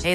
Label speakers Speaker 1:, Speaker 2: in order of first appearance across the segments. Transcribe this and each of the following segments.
Speaker 1: Hey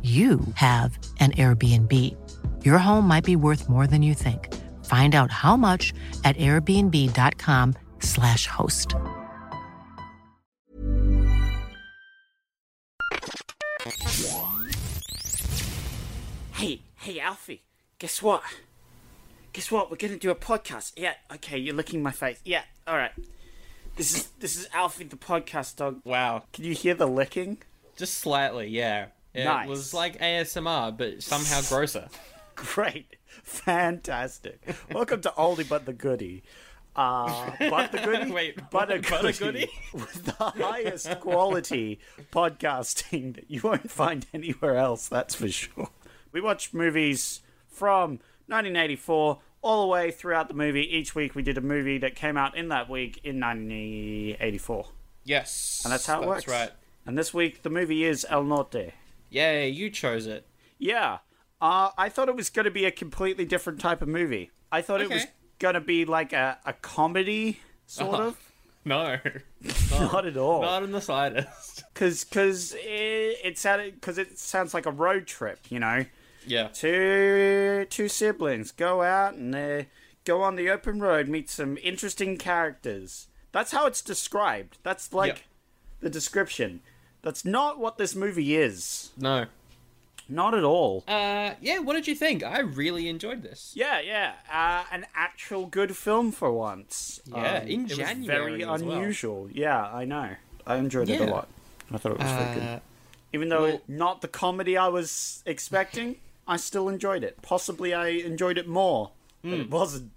Speaker 1: you have an Airbnb. Your home might be worth more than you think. Find out how much at airbnb.com/slash host.
Speaker 2: Hey, hey, Alfie, guess what? Guess what? We're gonna do a podcast. Yeah, okay, you're licking my face. Yeah, all right. This is this is Alfie the podcast dog.
Speaker 3: Wow.
Speaker 2: Can you hear the licking?
Speaker 3: Just slightly, yeah. It
Speaker 2: Nice.
Speaker 3: was like ASMR, but somehow grosser.
Speaker 2: Great, fantastic. Welcome to Oldie but the Goodie. Uh, but the goodie,
Speaker 3: Wait,
Speaker 2: but a
Speaker 3: what- but a
Speaker 2: goodie,
Speaker 3: goodie?
Speaker 2: with the highest quality podcasting that you won't find anywhere else. That's for sure. We watch movies from 1984 all the way throughout the movie. Each week, we did a movie that came out in that week in 1984,
Speaker 3: Yes.
Speaker 2: and that's how it works.
Speaker 3: right.
Speaker 2: And this week, the movie is El Norte.
Speaker 3: Yeah, you chose it.
Speaker 2: Yeah. Uh, I thought it was going to be a completely different type of movie. I thought it was
Speaker 3: Okay.
Speaker 2: going to be like a, a comedy, sort
Speaker 3: Uh-huh.
Speaker 2: of.
Speaker 3: No.
Speaker 2: Not at all.
Speaker 3: Not in the slightest.
Speaker 2: Because cause it, it, sounded, cause it sounds like a road trip, you know?
Speaker 3: Yeah.
Speaker 2: Two, two siblings go out and uh, go on the open road, meet some interesting characters. That's how it's described. That's like
Speaker 3: Yeah.
Speaker 2: the description. That's not what this movie is.
Speaker 3: No.
Speaker 2: Not at all.
Speaker 3: Uh, yeah, what did you think? I really enjoyed this.
Speaker 2: Yeah, yeah, uh, an actual good film for once. Um,
Speaker 3: Yeah, in
Speaker 2: it was
Speaker 3: January
Speaker 2: very
Speaker 3: as well.
Speaker 2: unusual. Yeah, I know. I enjoyed it a
Speaker 3: Yeah.
Speaker 2: lot. I thought it was very
Speaker 3: Uh,
Speaker 2: good. Even though
Speaker 3: well-
Speaker 2: not the comedy I was expecting, I still enjoyed it. Possibly I enjoyed it more. But
Speaker 3: Hmm.
Speaker 2: it wasn't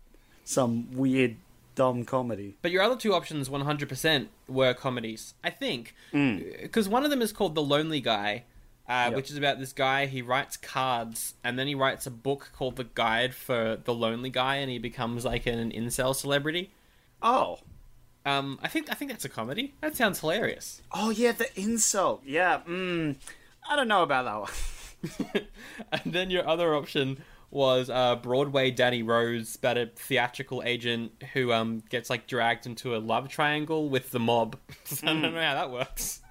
Speaker 2: some weird dumb comedy.
Speaker 3: But your other two options, 100%, were comedies, I think.
Speaker 2: Mm.
Speaker 3: Because one of them is called The Lonely Guy, uh, which is about this guy. He writes cards, and then he writes a book called The Guide for the Lonely Guy, and he becomes like an incel celebrity.
Speaker 2: Oh.
Speaker 3: Um, I think I think that's a comedy. That sounds hilarious.
Speaker 2: Oh yeah, the insult. Yeah, mm. I don't know about that one.
Speaker 3: And then your other option was uh, Broadway Danny Rose about a theatrical agent who um, gets like dragged into a love triangle with the mob. so I don't know how that works.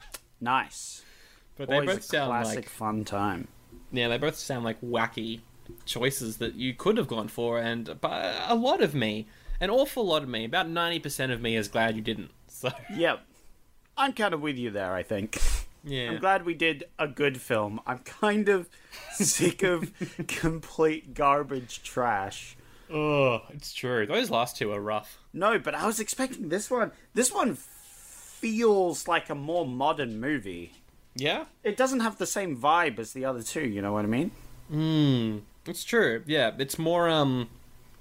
Speaker 2: nice.
Speaker 3: But they
Speaker 2: Always
Speaker 3: both
Speaker 2: a
Speaker 3: sound
Speaker 2: classic
Speaker 3: like
Speaker 2: fun time.
Speaker 3: yeah, they both sound like wacky choices that you could have gone for, and but a lot of me, an awful lot of me, about ninety percent of me is glad you didn't. So
Speaker 2: Yep. I'm kind of with you there, I think.
Speaker 3: yeah,
Speaker 2: I'm glad we did a good film. I'm kind of sick of complete garbage trash.
Speaker 3: oh, it's true. Those last two are rough.
Speaker 2: No, but I was expecting this one. This one feels like a more modern movie.
Speaker 3: Yeah,
Speaker 2: It doesn't have the same vibe as the other two, you know what I mean?
Speaker 3: It's true. Yeah, it's more. Um,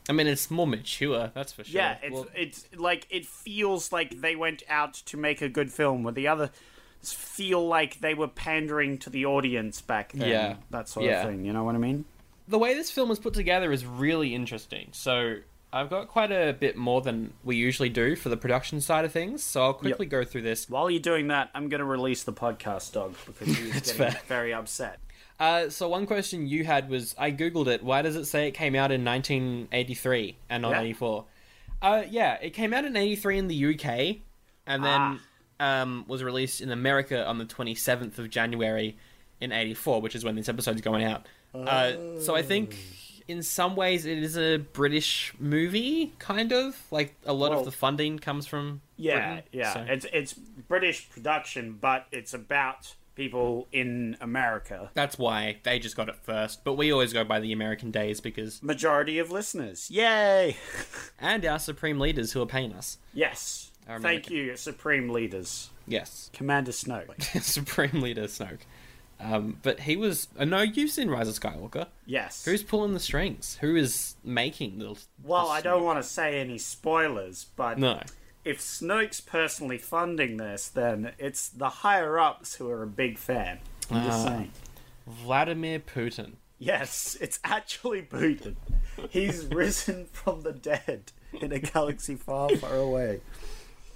Speaker 3: I mean, it's more mature. That's for sure.
Speaker 2: Yeah, it's
Speaker 3: Well,
Speaker 2: it's like it feels like they went out to make a good film where the others feel like they were pandering to the audience back then.
Speaker 3: Yeah.
Speaker 2: That sort
Speaker 3: Yeah.
Speaker 2: of thing, you know what I mean?
Speaker 3: the way this film is put together is really interesting. So I've got quite a bit more than we usually do for the production side of things. So I'll quickly go through this.
Speaker 2: While you're doing that, I'm going to release the podcast dog because he's getting
Speaker 3: fair.
Speaker 2: very upset.
Speaker 3: Uh, so one question you had was I googled it. Why does it say it came out in 1983 and not
Speaker 2: Yeah.
Speaker 3: 84? Uh, yeah, it came out in 83 in the UK, and then
Speaker 2: Ah.
Speaker 3: um, was released in America on the 27th of January in 84, which is when this episode's going out. Uh, so I think
Speaker 2: Oh.
Speaker 3: in some ways it is a British movie, kind of like a lot
Speaker 2: Well-
Speaker 3: of the funding comes from.
Speaker 2: Yeah,
Speaker 3: Britain,
Speaker 2: yeah.
Speaker 3: so-
Speaker 2: It's it's British production, but it's about people in America.
Speaker 3: That's why they just got it first, but we always go by the American days because
Speaker 2: Majority of listeners, yay!
Speaker 3: and our supreme leaders who are paying us.
Speaker 2: Yes,
Speaker 3: Our
Speaker 2: thank
Speaker 3: American-
Speaker 2: you, Supreme Leaders,
Speaker 3: Yes,
Speaker 2: Commander Snow.
Speaker 3: supreme leader Snoke. Um, but he was a no use in Rise of Skywalker.
Speaker 2: Yes.
Speaker 3: Who's pulling the strings? Who is making the?
Speaker 2: well,
Speaker 3: the
Speaker 2: I don't
Speaker 3: Snoke?
Speaker 2: want to say any spoilers, but
Speaker 3: No.
Speaker 2: if Snoke's personally funding this, then it's
Speaker 3: Ah.
Speaker 2: the higher ups who are a big fan. I'm just saying.
Speaker 3: Vladimir Putin.
Speaker 2: Yes, it's actually Putin. He's risen from the dead in a galaxy far, far away.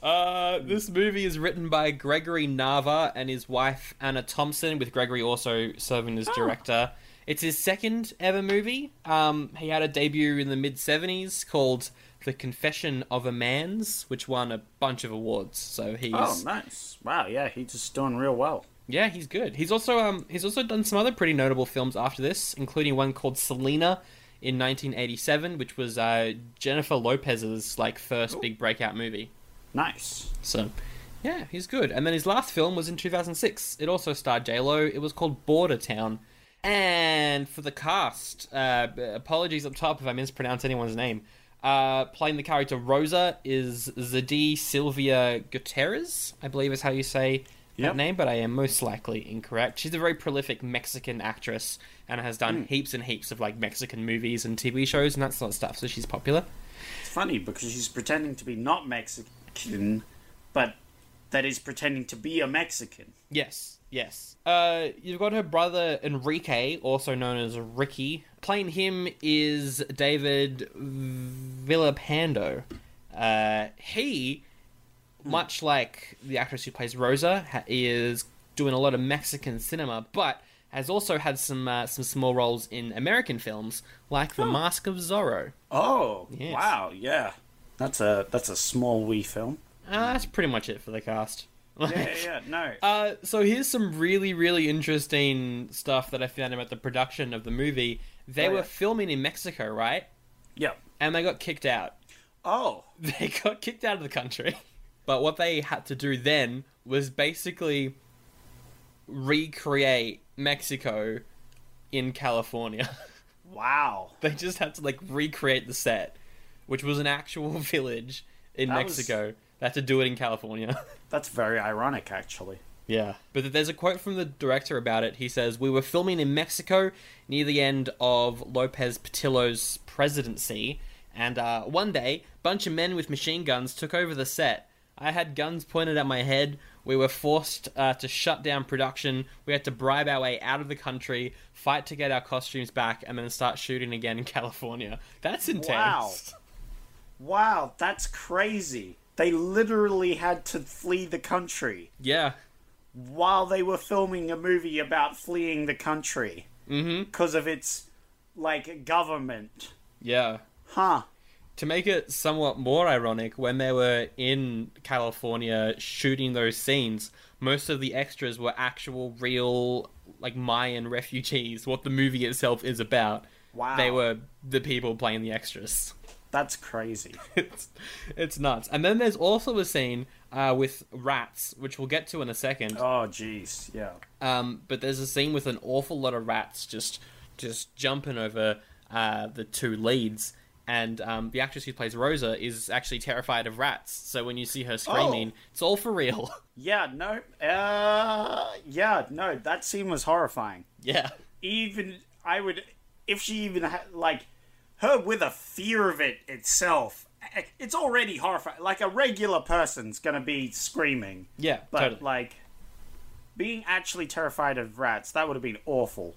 Speaker 3: Uh, this movie is written by Gregory Nava and his wife Anna Thompson, with Gregory also serving
Speaker 2: Oh.
Speaker 3: as director. It's his second ever movie. Um, he had a debut in the mid 70s called The Confession of a Man's, which won a bunch of awards. So he's
Speaker 2: Oh, nice! Wow, yeah, he's just doing real well.
Speaker 3: yeah, he's good. He's also um he's also done some other pretty notable films after this, including one called Selena in 1987, which was uh, Jennifer Lopez's like first big breakout movie.
Speaker 2: Nice.
Speaker 3: So, yeah, he's good. And then his last film was in 2006. It also starred J Lo. It was called Border Town. And for the cast, uh, b- apologies up top if I mispronounce anyone's name. Uh, playing the character Rosa is Zadie Sylvia Gutierrez, I believe is how you say
Speaker 2: Yep.
Speaker 3: that name, but I am most likely incorrect. She's a very prolific Mexican actress and has done heaps and heaps of like Mexican movies and TV shows and that sort of stuff. So she's popular.
Speaker 2: It's funny because she's pretending to be not Mexican, but that is pretending to be a Mexican.
Speaker 3: Yes, yes. Uh, you've got her brother Enrique, also known as Ricky. Playing him is David Villapando. Uh, he, much like the actress who plays Rosa, ha- is doing a lot of Mexican cinema, but has also had some uh, some small roles in American films, like The Mask of Zorro.
Speaker 2: Oh,
Speaker 3: Yes.
Speaker 2: wow, yeah. That's a that's a small wee film.
Speaker 3: Uh, that's pretty much it for the cast.
Speaker 2: Yeah, yeah, yeah, no.
Speaker 3: Uh, so here's some really, really interesting stuff that I found about the production of the movie. They
Speaker 2: Oh,
Speaker 3: were
Speaker 2: yeah.
Speaker 3: filming in Mexico, right?
Speaker 2: yep.
Speaker 3: And they got kicked out.
Speaker 2: Oh,
Speaker 3: They got kicked out of the country. But what they had to do then was basically recreate Mexico in California.
Speaker 2: wow.
Speaker 3: they just had to like recreate the set, which was an actual village in
Speaker 2: That was-
Speaker 3: Mexico. They had to do it in California.
Speaker 2: That's very ironic, actually.
Speaker 3: Yeah. But there's a quote from the director about it. He says, We were filming in Mexico near the end of Lopez Patillo's presidency, and uh, one day, bunch of men with machine guns took over the set. I had guns pointed at my head. We were forced uh, to shut down production. We had to bribe our way out of the country, fight to get our costumes back, and then start shooting again in California. That's intense.
Speaker 2: Wow. Wow, that's crazy. They literally had to flee the country
Speaker 3: Yeah.
Speaker 2: while they were filming a movie about fleeing the country because of its like government.
Speaker 3: Yeah.
Speaker 2: Huh.
Speaker 3: To make it somewhat more ironic, when they were in California shooting those scenes, most of the extras were actual, real, like Mayan refugees. What the movie itself is about.
Speaker 2: Wow.
Speaker 3: They were the people playing the extras.
Speaker 2: That's crazy.
Speaker 3: It's, it's nuts. And then there's also a scene uh, with rats, which we'll get to in a second.
Speaker 2: Oh jeez, yeah.
Speaker 3: Um, but there's a scene with an awful lot of rats just just jumping over uh, the two leads, and um, the actress who plays Rosa is actually terrified of rats. So when you see her screaming,
Speaker 2: Oh.
Speaker 3: it's all for real.
Speaker 2: Yeah, no. Uh yeah, no. That scene was horrifying.
Speaker 3: yeah,
Speaker 2: Even I would if she even had like her with a fear of it itself. eh, It's already horrifying. Like a regular person's going to be screaming.
Speaker 3: yeah,
Speaker 2: But
Speaker 3: totally.
Speaker 2: like being actually terrified of rats, that would have been awful.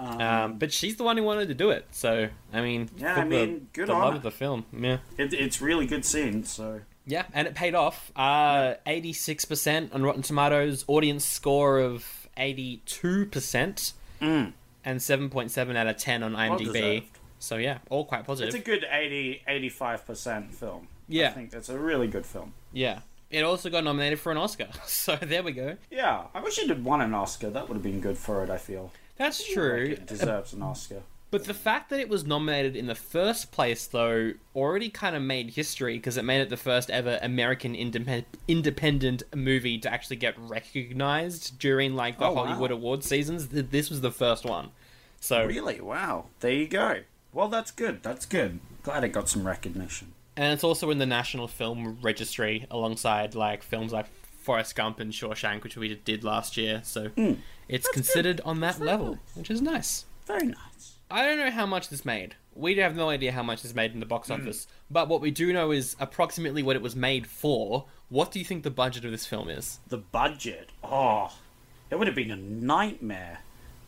Speaker 3: um, but she's the one who wanted to do it. So I mean,
Speaker 2: Yeah,
Speaker 3: for
Speaker 2: I mean,
Speaker 3: the,
Speaker 2: good
Speaker 3: the
Speaker 2: on
Speaker 3: love
Speaker 2: her.
Speaker 3: of the film. Yeah.
Speaker 2: It, it's really good scene. So
Speaker 3: Yeah, and it paid off. uh, Eighty-six percent on Rotten Tomatoes, audience score of eighty-two percent, and seven point seven out of ten on IMDb.
Speaker 2: Mm. deserved.
Speaker 3: so yeah, all quite positive.
Speaker 2: it's a good 80 85 percent film.
Speaker 3: Yeah.
Speaker 2: I think that's a really good film.
Speaker 3: yeah, it also got nominated for an Oscar. So there we go.
Speaker 2: Yeah, I wish it had won an Oscar. That would have been good for it. I feel
Speaker 3: That's true.
Speaker 2: it deserves an Oscar.
Speaker 3: But the fact that it was nominated in the first place, though, already kind of made history because it made it the first ever American independ- independent movie to actually get recognized during like the
Speaker 2: Oh, wow.
Speaker 3: Hollywood award seasons. Th- This was the first one. So
Speaker 2: Really? Wow. There you go. Well, that's good. That's good. Glad it got some recognition.
Speaker 3: and it's also in the National Film Registry alongside like films like Forrest Gump and Shawshank, which we did last year. So
Speaker 2: Hmm.
Speaker 3: it's considered on that level, which is nice.
Speaker 2: Very nice.
Speaker 3: I don't know how much this made. We have no idea how much this made in the
Speaker 2: Hmm.
Speaker 3: box office, but what we do know is approximately what it was made for. What do you think the budget of this film is?
Speaker 2: The budget. Oh, it would have been a nightmare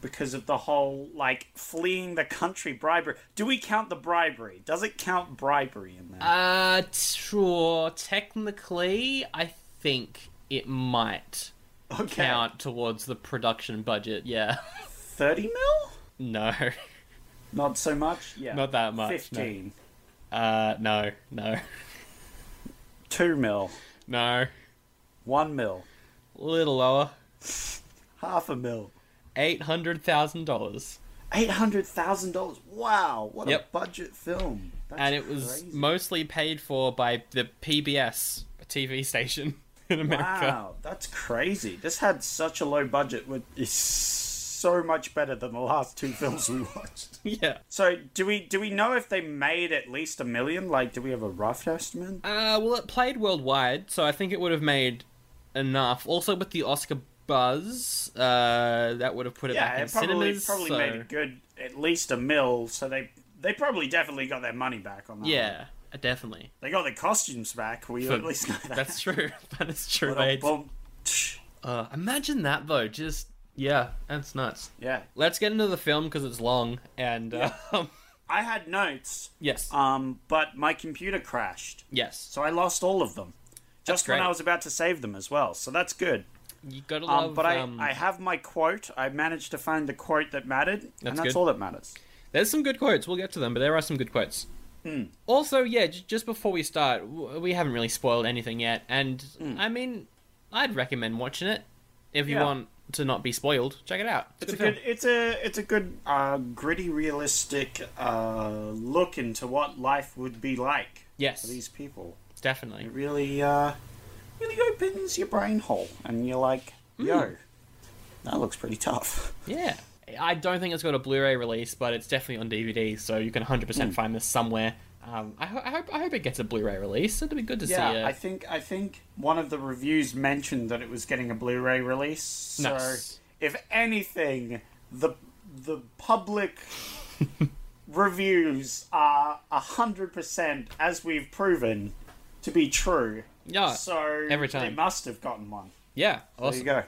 Speaker 2: because of the whole like fleeing the country bribery. Do we count the bribery? Does it count bribery in there?
Speaker 3: Uh, sure. Technically, I think it might
Speaker 2: okay,
Speaker 3: count towards the production budget. Yeah.
Speaker 2: thirty mil?
Speaker 3: no.
Speaker 2: Not so much. Yeah,
Speaker 3: Not that much, no.
Speaker 2: Fifteen,
Speaker 3: Uh, no. No.
Speaker 2: two mil,
Speaker 3: No.
Speaker 2: one mil,
Speaker 3: A little lower.
Speaker 2: half a mil.
Speaker 3: Eight hundred thousand dollars,
Speaker 2: Eight hundred thousand dollars. Wow, what
Speaker 3: Yep.
Speaker 2: a budget film! That's
Speaker 3: and it was
Speaker 2: crazy.
Speaker 3: mostly paid for by the PBS TV station in America.
Speaker 2: wow, that's crazy. This had such a low budget, which is so much better than the last two films we watched.
Speaker 3: Yeah.
Speaker 2: So, do we do we know if they made at least a million? Like, do we have a rough estimate?
Speaker 3: Uh, well, it played worldwide, so I think it would have made enough. Also, with the Oscar buzz, uh, that would have put it back
Speaker 2: yeah,
Speaker 3: in
Speaker 2: it probably
Speaker 3: cinemas.
Speaker 2: probably
Speaker 3: so-
Speaker 2: made a good at least a mil. So they they probably definitely got their money back on that. one.
Speaker 3: yeah, definitely.
Speaker 2: they got their costumes back. We
Speaker 3: But
Speaker 2: at least know that.
Speaker 3: That's true. that is true.
Speaker 2: But, um,
Speaker 3: mate.
Speaker 2: boom, tsh.
Speaker 3: Uh, imagine that though. Just yeah, that's nuts.
Speaker 2: yeah,
Speaker 3: Let's get into the film because it's long and uh, um,
Speaker 2: I had notes,
Speaker 3: yes,
Speaker 2: um, but my computer crashed,
Speaker 3: yes.
Speaker 2: so I lost all of them. Just when
Speaker 3: great.
Speaker 2: I was about to save them as well, so that's good.
Speaker 3: You gotta love.
Speaker 2: Um, but I,
Speaker 3: um,
Speaker 2: I have my quote. I managed to find the quote that mattered,
Speaker 3: That's
Speaker 2: and that's
Speaker 3: good.
Speaker 2: all that matters.
Speaker 3: There's some good quotes. We'll get to them, but there are some good quotes.
Speaker 2: Hmm.
Speaker 3: Also, yeah, j- just before we start, w- we haven't really spoiled anything yet, and I mean, I'd recommend watching it if you
Speaker 2: Hmm. Yeah.
Speaker 3: want to not be spoiled. Check it out.
Speaker 2: It's a
Speaker 3: film.
Speaker 2: good. It's a it's a good uh, gritty, realistic uh, look into what life would be like
Speaker 3: yes,
Speaker 2: for these people.
Speaker 3: definitely.
Speaker 2: It really uh, really opens your brain hole, and you're like, yo, that looks pretty tough.
Speaker 3: Yeah, I don't think it's got a Blu-ray release, but it's definitely on DVD, so you can 100%
Speaker 2: Hmm.
Speaker 3: find this somewhere. Um, I, ho- I hope I hope it gets a Blu-ray release. It'd be good to see.
Speaker 2: Yeah,
Speaker 3: Uh,
Speaker 2: I think I think one of the reviews mentioned that it was getting a Blu-ray release. So
Speaker 3: Nice.
Speaker 2: if anything, the the public reviews are hundred percent, as we've proven, to be true.
Speaker 3: Yeah,
Speaker 2: So
Speaker 3: every time.
Speaker 2: they must have gotten one.
Speaker 3: yeah,
Speaker 2: There
Speaker 3: awesome.
Speaker 2: you go.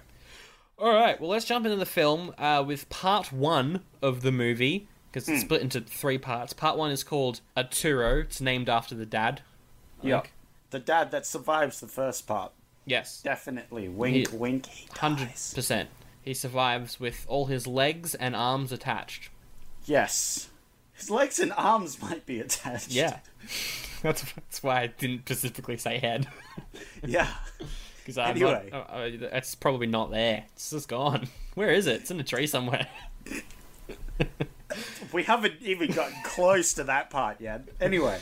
Speaker 3: All right, well, let's jump into the film uh, with part one of the movie because
Speaker 2: Hmm.
Speaker 3: it's split into three parts. Part one is called Arturo. It's named after the dad. I
Speaker 2: Yeah.
Speaker 3: think.
Speaker 2: The dad that survives the first part.
Speaker 3: Yes.
Speaker 2: Definitely. Wink
Speaker 3: He-
Speaker 2: wink. he dies.
Speaker 3: Hundred percent. He survives with all his legs and arms attached.
Speaker 2: Yes. His legs and arms might be attached.
Speaker 3: Yeah. that's that's why I didn't specifically say head
Speaker 2: Yeah.
Speaker 3: because I'm
Speaker 2: Anyway.
Speaker 3: not, uh, uh, that's probably not there. It's just gone. Where is it? It's in a tree somewhere.
Speaker 2: We haven't even gotten close to that part yet. Anyway.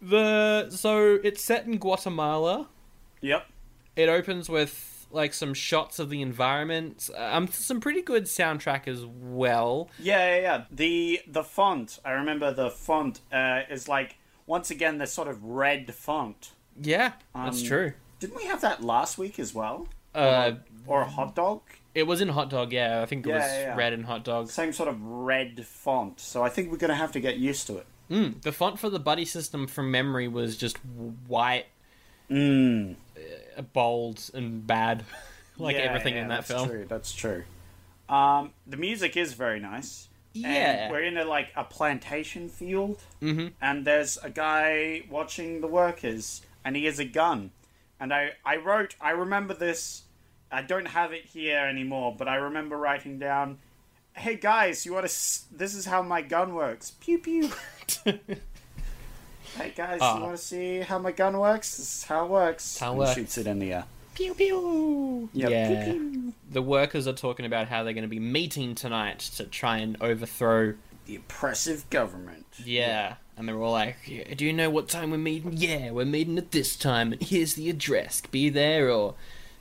Speaker 3: The so it's set in Guatemala.
Speaker 2: Yep.
Speaker 3: it opens with like some shots of the environment um some pretty good soundtrack as well
Speaker 2: Yeah, yeah, yeah. The the font. I remember the font uh, is like once again this sort of red font.
Speaker 3: yeah that's
Speaker 2: Um,
Speaker 3: true
Speaker 2: Didn't we have that last week as well?
Speaker 3: uh
Speaker 2: Or a hot dog?
Speaker 3: it was in hot dog yeah i think it
Speaker 2: Yeah,
Speaker 3: was
Speaker 2: yeah, yeah.
Speaker 3: red and hot dog
Speaker 2: Same sort of red font. So I think we're gonna have to get used to it.
Speaker 3: Mm, the font for the buddy system from memory was just w- white uh, bold and bad like
Speaker 2: Mm. Yeah,
Speaker 3: everything
Speaker 2: yeah,
Speaker 3: in that
Speaker 2: that's
Speaker 3: film
Speaker 2: True, that's true. Um, the music is very nice. And
Speaker 3: Yeah.
Speaker 2: we're in a like a plantation field, mm-hmm. and there's a guy watching the workers, and he has a gun. And I, I wrote, I remember this. I don't have it here anymore, but I remember writing down, "Hey guys, you want to? S- this is how my gun works. Pew pew." hey guys, you want to see how my gun works? This is Ah. how it works.
Speaker 3: how it
Speaker 2: and
Speaker 3: works.
Speaker 2: Shoots it in the air.
Speaker 3: pew pew
Speaker 2: Yep.
Speaker 3: yeah
Speaker 2: Pew,
Speaker 3: the workers are talking about how they're going to be meeting tonight to try and overthrow
Speaker 2: the oppressive government.
Speaker 3: Yeah. And they were all like, "Yeah, Do you know what time we're meeting? Yeah, we're meeting at this time, and here's the address. Be there or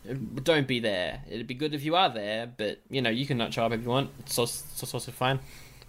Speaker 3: uh, don't be there. It'd be good if you are there, but you know, you can not show up if you want. It's also, it's also fine.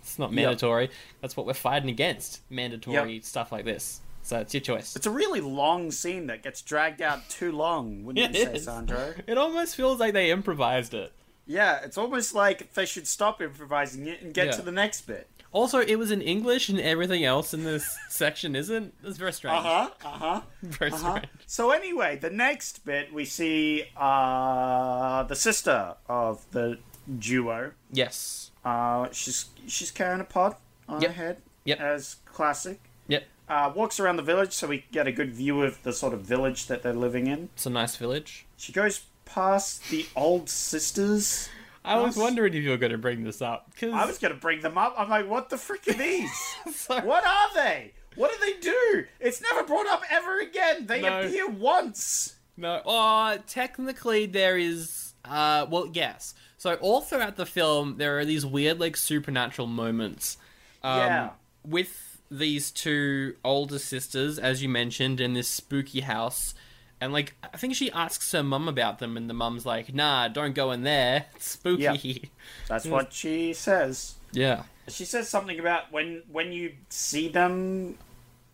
Speaker 3: It's not mandatory. That's what we're fighting against mandatory
Speaker 2: Yep.
Speaker 3: stuff like this. So it's your choice.
Speaker 2: It's a really long scene that gets dragged out too long, wouldn't you
Speaker 3: It
Speaker 2: say,
Speaker 3: is.
Speaker 2: Sandro?
Speaker 3: It almost feels like they improvised it.
Speaker 2: Yeah, it's almost like they should stop improvising it and get
Speaker 3: Yeah.
Speaker 2: to the next bit.
Speaker 3: Also, it was in English and everything else in this section isn't. It's very strange.
Speaker 2: Uh huh. Uh huh.
Speaker 3: Very
Speaker 2: Huh?
Speaker 3: strange.
Speaker 2: So anyway, the next bit we see uh, the sister of the duo
Speaker 3: Yes.
Speaker 2: Uh, she's she's carrying a pod on
Speaker 3: Yep.
Speaker 2: her head
Speaker 3: Yep.
Speaker 2: as classic.
Speaker 3: Yep.
Speaker 2: Uh, walks around the village so we get a good view of the sort of village that they're living in.
Speaker 3: It's a nice village.
Speaker 2: She goes past the old sisters.
Speaker 3: I was
Speaker 2: Nice.
Speaker 3: wondering if you were going to bring this up because
Speaker 2: I was going to bring them up. I'm like, what the frick are these?
Speaker 3: Sorry.
Speaker 2: what are they? What do they do? It's never brought up ever again. They
Speaker 3: No.
Speaker 2: appear once.
Speaker 3: No. Oh, technically there is. Uh, well, yes. So all throughout the film, there are these weird, like, supernatural moments. Um,
Speaker 2: Yeah.
Speaker 3: With these two older sisters, as you mentioned, in this spooky house, and like, I think she asks her mum about them, and the mum's like, "Nah, don't go in there. It's spooky."
Speaker 2: That's
Speaker 3: hmm.
Speaker 2: what she says.
Speaker 3: Yeah.
Speaker 2: She says something about when when you see them,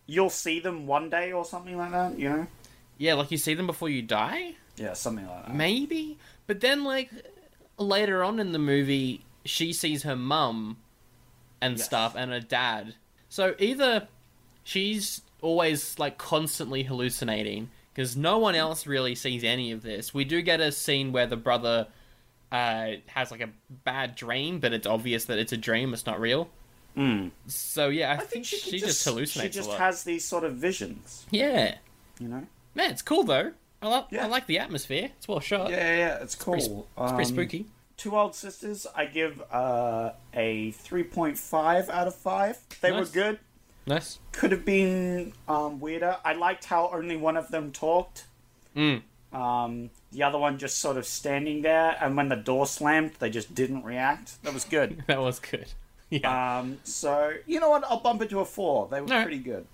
Speaker 2: you'll see them one day or something like that. You know?
Speaker 3: Yeah, like you see them before you die.
Speaker 2: Yeah, something like that.
Speaker 3: Maybe. But then, like, later on in the movie, she sees her mum and stuff and her dad. So either she's always, like, constantly hallucinating because no one else really sees any of this. We do get a scene where the brother uh, has, like, a bad dream, but it's obvious that it's a dream, it's not real. So, yeah, I,
Speaker 2: Hmm. I
Speaker 3: think,
Speaker 2: think she,
Speaker 3: she,
Speaker 2: could
Speaker 3: just, hallucinates
Speaker 2: She
Speaker 3: a
Speaker 2: just
Speaker 3: lot.
Speaker 2: has these sort of visions.
Speaker 3: Yeah.
Speaker 2: You know?
Speaker 3: Man, it's cool, though. I, love,
Speaker 2: Yeah.
Speaker 3: I like the atmosphere. It's well shot.
Speaker 2: Yeah, yeah, yeah it's cool.
Speaker 3: Pretty sp- it's pretty
Speaker 2: Um,
Speaker 3: spooky.
Speaker 2: Two old sisters. I give uh, a three point five out of five. They were
Speaker 3: Nice.
Speaker 2: good.
Speaker 3: Nice.
Speaker 2: could have been um, weirder. I liked how only one of them talked.
Speaker 3: Mm.
Speaker 2: Um, the other one just sort of standing there, and when the door slammed, they just didn't react. That was good.
Speaker 3: That was good. Yeah.
Speaker 2: um, so you know what? I'll bump it to a four. They were
Speaker 3: All right.
Speaker 2: pretty good.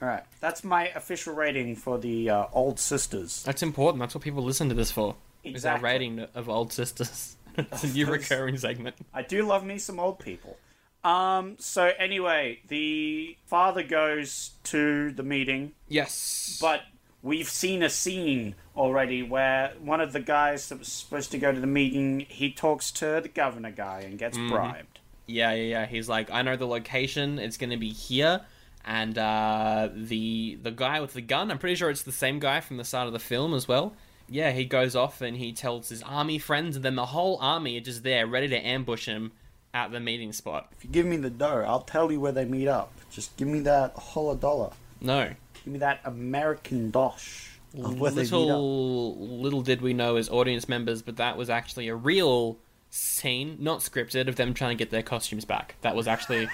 Speaker 2: All right, that's my official rating for the uh, old sisters.
Speaker 3: That's important. That's what people listen to this for. Is our
Speaker 2: Exactly.
Speaker 3: rating of old sisters. it's a new
Speaker 2: those-
Speaker 3: recurring segment.
Speaker 2: I do love me some old people. Um, so anyway, the father goes to the meeting.
Speaker 3: Yes.
Speaker 2: but we've seen a scene already where one of the guys that was supposed to go to the meeting he talks to the governor guy and gets
Speaker 3: Mm-hmm.
Speaker 2: bribed
Speaker 3: yeah, yeah, yeah. He's like, I know the location. It's gonna be here. And uh, the the guy with the gun, I'm pretty sure it's the same guy from the start of the film as well. Yeah, he goes off and he tells his army friends, and then the whole army are just there, ready to ambush him at the meeting spot.
Speaker 2: if you give me the dough i'll tell you where they meet up just give me that whole dollar
Speaker 3: No,
Speaker 2: give me that american dosh of where they meet up
Speaker 3: little little did we know as audience members, but that was actually a real scene, not scripted, of them trying to get their costumes back. That was actually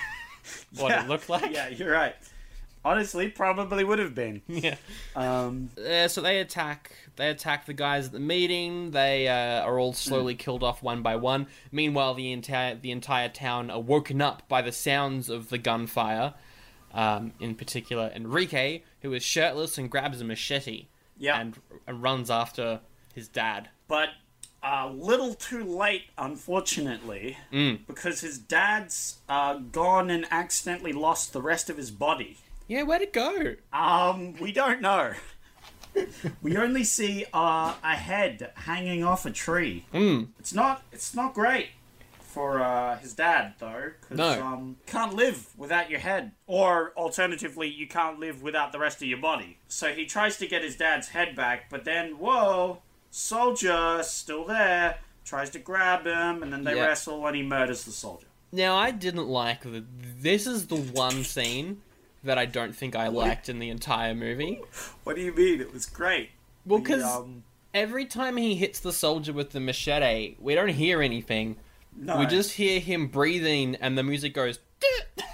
Speaker 3: what it looked like.
Speaker 2: yeah you're right honestly probably would have been
Speaker 3: Yeah.
Speaker 2: um
Speaker 3: Uh, so they attack. They attack the guys at the meeting. They uh, are
Speaker 2: Hmm.
Speaker 3: all slowly killed off one by one. Meanwhile, the entire the entire town are woken up by the sounds of the gunfire. Um, in particular, Enrique, who is shirtless and grabs a machete,
Speaker 2: Yeah.
Speaker 3: and, and runs after his dad.
Speaker 2: but a little too late, unfortunately, because his dad's uh, gone and accidentally lost the rest of his body.
Speaker 3: Yeah, where'd it go?
Speaker 2: Um, we don't know. we only see uh, a head hanging off a tree.
Speaker 3: Hmm.
Speaker 2: It's not. It's not great for uh, his dad though, because
Speaker 3: No.
Speaker 2: um, can't live without your head. Or alternatively, you can't live without the rest of your body. So he tries to get his dad's head back, but then whoa, soldier still there tries to grab him, and then they
Speaker 3: Yeah.
Speaker 2: wrestle, and he murders the soldier.
Speaker 3: Now I didn't like the. This is the one scene that I don't think I liked in the entire movie.
Speaker 2: What do you mean? It was great.
Speaker 3: Well,
Speaker 2: The,
Speaker 3: because
Speaker 2: um,
Speaker 3: every time he hits the soldier with the machete, we don't hear anything.
Speaker 2: no.
Speaker 3: We just hear him breathing, and the music goes. "Dip."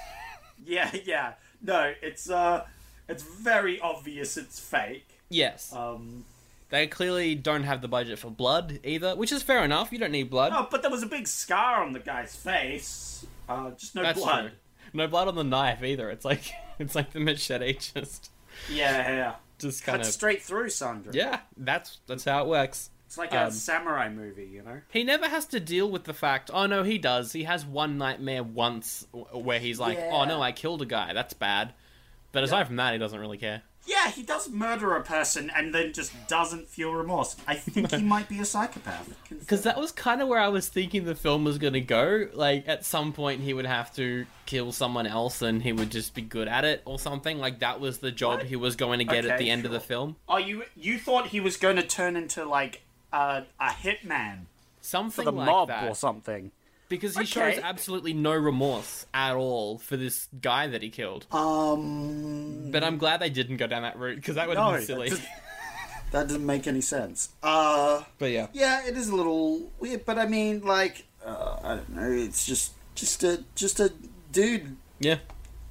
Speaker 2: Yeah, yeah. No, it's uh it's very obvious it's fake.
Speaker 3: yes,
Speaker 2: Um
Speaker 3: they clearly don't have the budget for blood either, which is fair enough. You don't need blood.
Speaker 2: Oh, but there was a big scar on the guy's face. Uh just no
Speaker 3: That's
Speaker 2: blood.
Speaker 3: true. No blood on the knife either. It's like it's like the machete just
Speaker 2: Yeah, yeah.
Speaker 3: just kind
Speaker 2: Cut
Speaker 3: of
Speaker 2: straight through, Sandra.
Speaker 3: yeah. That's that's how it works.
Speaker 2: It's like a
Speaker 3: Um,
Speaker 2: samurai movie, you know?
Speaker 3: He never has to deal with the fact. Oh no, he does. He has one nightmare once w- where he's like,
Speaker 2: Yeah.
Speaker 3: "Oh no, I killed a guy. That's bad." But aside from that, he doesn't really care.
Speaker 2: Yeah, he does murder a person and then just doesn't feel remorse. I think he might be a psychopath.
Speaker 3: Because that was kind of where I was thinking the film was gonna go. Like at some point, he would have to kill someone else, and he would just be good at it or something. Like that was the job he was going to get at
Speaker 2: Okay,
Speaker 3: the end of the
Speaker 2: sure.
Speaker 3: film.
Speaker 2: Oh you you thought he was gonna turn into like a a hitman
Speaker 3: Something
Speaker 2: for the
Speaker 3: like
Speaker 2: mob
Speaker 3: that.
Speaker 2: or something.
Speaker 3: because he
Speaker 2: Okay.
Speaker 3: shows absolutely no remorse at all for this guy that he killed.
Speaker 4: Um,
Speaker 3: But I'm glad they didn't go down that route because that would
Speaker 2: No,
Speaker 3: have been silly.
Speaker 2: that just-
Speaker 4: that doesn't make any sense. Uh,
Speaker 3: But yeah,
Speaker 4: yeah, it is a little weird, but I mean, like, uh, I don't know. It's just, just a, just a dude.
Speaker 3: yeah,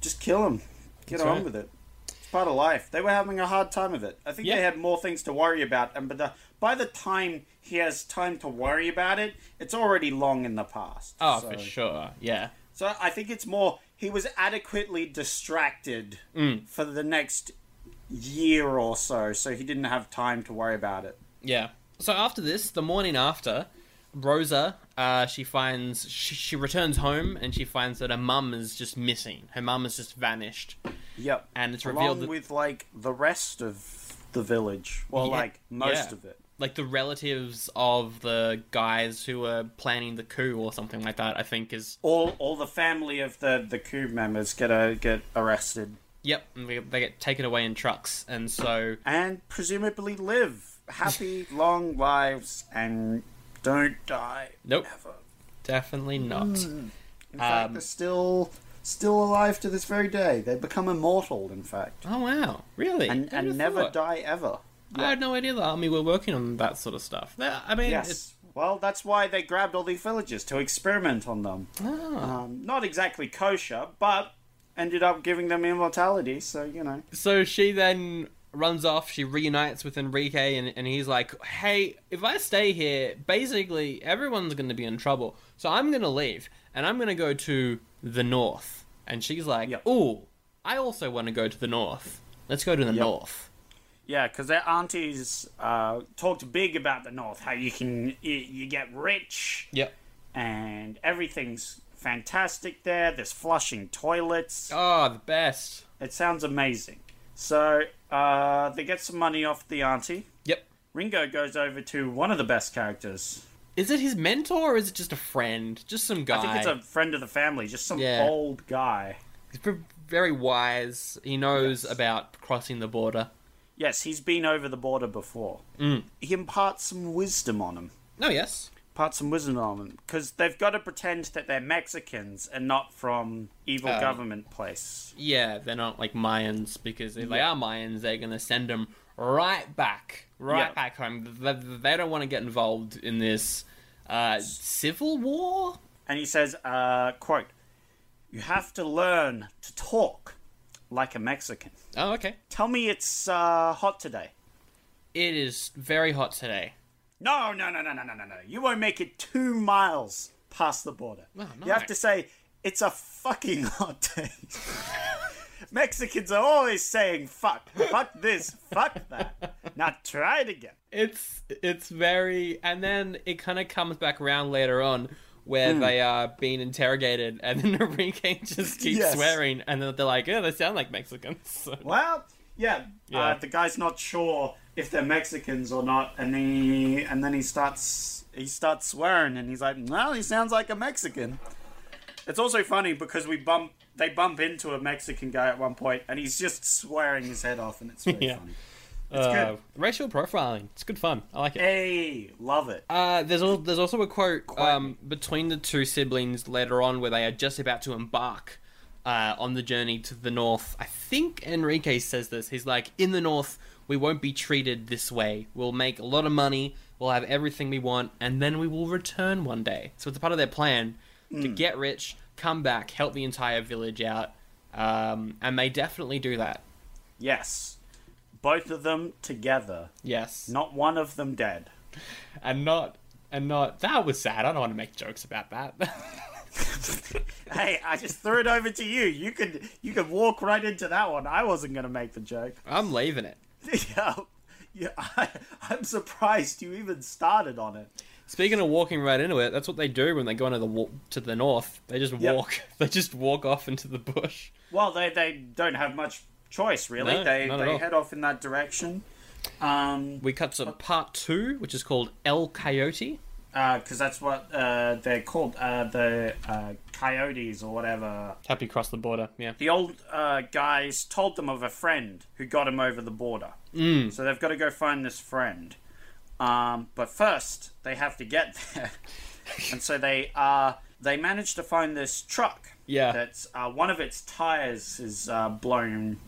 Speaker 4: Just kill him. Get
Speaker 3: That's
Speaker 4: on
Speaker 3: right.
Speaker 4: with it. It's part of life. They were having a hard time of it. I think
Speaker 3: Yeah.
Speaker 4: they
Speaker 2: They
Speaker 4: had
Speaker 2: had more things to worry about, and by the, by the time he has time to worry about it, it's already long in the past.
Speaker 3: oh
Speaker 4: so.
Speaker 3: for sure, yeah,
Speaker 2: So I think it's more he was adequately distracted
Speaker 3: Mm.
Speaker 2: for the next year or so, so he didn't have time to worry about it.
Speaker 3: yeah. So after this, the morning after, Rosa, uh, she finds she, she returns home and she finds that her mum is just missing. Her mum has just vanished,
Speaker 2: Yep.
Speaker 3: and it's revealed
Speaker 2: Along
Speaker 3: that
Speaker 2: with like the rest of the village, well,
Speaker 3: Yeah,
Speaker 2: like most
Speaker 3: yeah.
Speaker 2: of it.
Speaker 3: like the relatives of the guys who were planning the coup or something like that. I think is
Speaker 2: All all the family of the the coup members get uh, get arrested
Speaker 3: yep, and they, they get taken away in trucks, and so
Speaker 2: and presumably live happy long lives and don't die.
Speaker 3: nope,
Speaker 2: Never.
Speaker 3: definitely not.
Speaker 2: Hmm.
Speaker 4: In
Speaker 3: Um,
Speaker 4: fact, they're still, still alive to this very day. They become immortal. In fact,
Speaker 3: Oh wow, really?
Speaker 2: And,
Speaker 3: Who'd have
Speaker 2: and never
Speaker 3: thought?
Speaker 2: die ever.
Speaker 3: I had no idea that. I mean, we're working on that sort of stuff. That- I mean,
Speaker 2: Yes.
Speaker 3: it's,
Speaker 2: Well, that's why they grabbed all these villages to experiment on them.
Speaker 3: Ah.
Speaker 2: Um, not exactly kosher, but ended up giving them immortality, so, you know.
Speaker 3: so she then runs off. She reunites with Enrique, and, and he's like, "Hey, if I stay here, basically everyone's going to be in trouble. So I'm going to leave, and I'm going to go to the north." And she's like,
Speaker 2: Yep.
Speaker 3: "Ooh, I also want to go to the north. Let's go to the north."
Speaker 2: Yeah, because their aunties uh, talked big about the North, how you can you, you get rich
Speaker 3: Yep.
Speaker 2: and everything's fantastic there. There's flushing toilets.
Speaker 3: Oh, the best.
Speaker 2: It sounds amazing. So uh, they get some money off the auntie.
Speaker 3: Yep.
Speaker 2: Ringo goes over to one of the best characters.
Speaker 3: Is it his mentor or is it just a friend? Just some guy.
Speaker 2: I think it's a friend of the family, just some
Speaker 3: Yeah.
Speaker 2: old guy.
Speaker 3: He's ve- very wise. He knows
Speaker 2: Yes.
Speaker 3: about crossing the border.
Speaker 2: Yes, he's been over the border before. He imparts some wisdom on him.
Speaker 3: No, yes.
Speaker 2: Impart some wisdom on him because they've got to pretend that they're Mexicans and not from evil
Speaker 3: Um,
Speaker 2: government place.
Speaker 3: Yeah, they're not like Mayans because if they are Mayans, they're gonna send them right back, right
Speaker 2: Yeah.
Speaker 3: back home. Th- th- They don't want to get involved in this uh, civil war.
Speaker 2: And he says, uh, "quote You have to learn to talk like a Mexican."
Speaker 3: Oh, okay.
Speaker 2: Tell me it's uh, hot today.
Speaker 3: It is very hot today.
Speaker 2: No, no, no, no, no, no, no, no. You won't make it two miles past the border.
Speaker 3: No, no.
Speaker 2: You have to say, it's a fucking hot day. Mexicans are always saying, fuck, fuck this, fuck that. Now try it again.
Speaker 3: It's it's very, and then it kind of comes back around later on where they are being interrogated, and then Enrique just keeps
Speaker 4: Yes.
Speaker 3: swearing, and then they're like, "Oh, they sound like Mexicans." So-
Speaker 2: Well, yeah.
Speaker 3: Yeah.
Speaker 2: Uh, the guy's not sure if they're Mexicans or not, and he and then he starts he starts swearing, and he's like, "Well, he sounds like a Mexican." It's also funny because we bump they bump into a Mexican guy at one point, and he's just swearing his head off, and it's really
Speaker 3: Yeah.
Speaker 2: funny.
Speaker 3: Uh,
Speaker 2: good.
Speaker 3: Racial profiling. It's good fun. I like it.
Speaker 2: Hey, love it.
Speaker 3: Uh, there's al- there's also a quote um, between the two siblings later on where they are just about to embark uh, on the journey to the north. I think Enrique says this. He's like, "In the north, we won't be treated this way. We'll make a lot of money. We'll have everything we want, and then we will return one day." So it's a part of their plan to get rich, come back, help the entire village out, um, and they definitely do that.
Speaker 2: yes, both of them together,
Speaker 3: Yes,
Speaker 2: not one of them dead.
Speaker 3: and not and not that was sad. I don't want to make jokes about that.
Speaker 2: Hey, I just threw it over to you. You could you could walk right into that one. I wasn't gonna make the joke.
Speaker 3: I'm leaving it.
Speaker 2: yeah, yeah I, I'm surprised you even started on it.
Speaker 3: Speaking of walking right into it, that's what they do when they go into the wa- to the north. They just
Speaker 2: Yep.
Speaker 3: walk. They just walk off into the bush.
Speaker 2: Well, they they don't have much choice really.
Speaker 3: No,
Speaker 2: they
Speaker 3: not at
Speaker 2: they
Speaker 3: all.
Speaker 2: head off in that direction. Um,
Speaker 3: We cut to part two, which is called El Coyote.
Speaker 2: because that's what uh they're called, uh the uh coyotes or whatever.
Speaker 3: Happy cross the border. Yeah.
Speaker 2: The old uh guys told them of a friend who got him over the border. Mm. So they've got to go find this friend. Um, but first they have to get there, and so they uh they managed to find this truck.
Speaker 3: Yeah.
Speaker 2: That's uh, one of its tires is uh, blown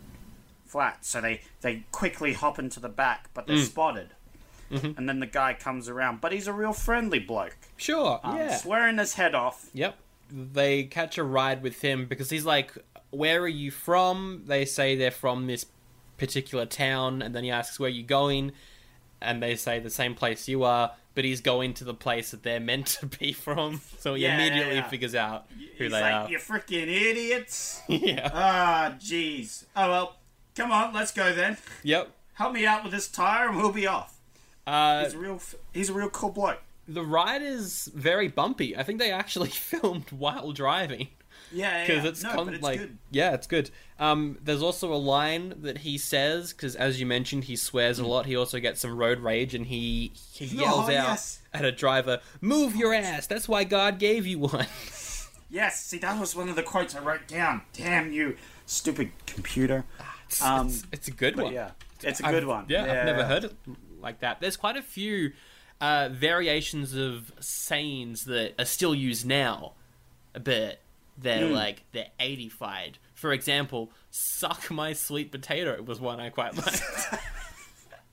Speaker 2: flat, so they they quickly hop into the back, but they're
Speaker 3: Mm.
Speaker 2: spotted.
Speaker 3: Mm-hmm.
Speaker 2: And then the guy comes around, but he's a real friendly bloke,
Speaker 3: Sure.
Speaker 2: um,
Speaker 3: yeah.
Speaker 2: swearing his head off.
Speaker 3: Yep. They catch a ride with him because he's like, Where are you from? They say they're from this particular town, and then he asks, Where are you going? And they say the same place you are, but he's going to the place that they're meant to be from. So he
Speaker 2: Yeah, yeah,
Speaker 3: immediately
Speaker 2: yeah.
Speaker 3: figures out who
Speaker 2: he's
Speaker 3: they
Speaker 2: like,
Speaker 3: are.
Speaker 2: "You freaking idiots!"
Speaker 3: yeah.
Speaker 2: ah, jeez. Oh well, come on, let's go then.
Speaker 3: Yep.
Speaker 2: Help me out with this tire, and we'll be off.
Speaker 3: Uh,
Speaker 2: He's a real, f- he's a real cool bloke.
Speaker 3: the ride is very bumpy. I think they actually filmed while driving.
Speaker 2: Yeah, yeah.
Speaker 3: because
Speaker 2: yeah.
Speaker 3: it's,
Speaker 2: no,
Speaker 3: con-
Speaker 2: but it's
Speaker 3: like
Speaker 2: good.
Speaker 3: yeah, it's good. Um, there's also a line that he says because, as you mentioned, he swears a
Speaker 2: Hmm.
Speaker 3: lot. He also gets some road rage, and he he yells out
Speaker 2: yes.
Speaker 3: at a driver, "Move your ass! That's why God gave you one."
Speaker 2: Yes, see, that was one of the quotes I wrote down. Damn you, stupid computer.
Speaker 3: it's,
Speaker 2: Um,
Speaker 3: it's, it's a good one.
Speaker 2: Yeah, it's a
Speaker 3: I've-
Speaker 2: good one.
Speaker 3: Yeah, I've never heard it like that. There's quite a few uh, variations of sayings that are still used now, but they're like they're 85'd. For example, "suck my sweet potato" was one I quite liked.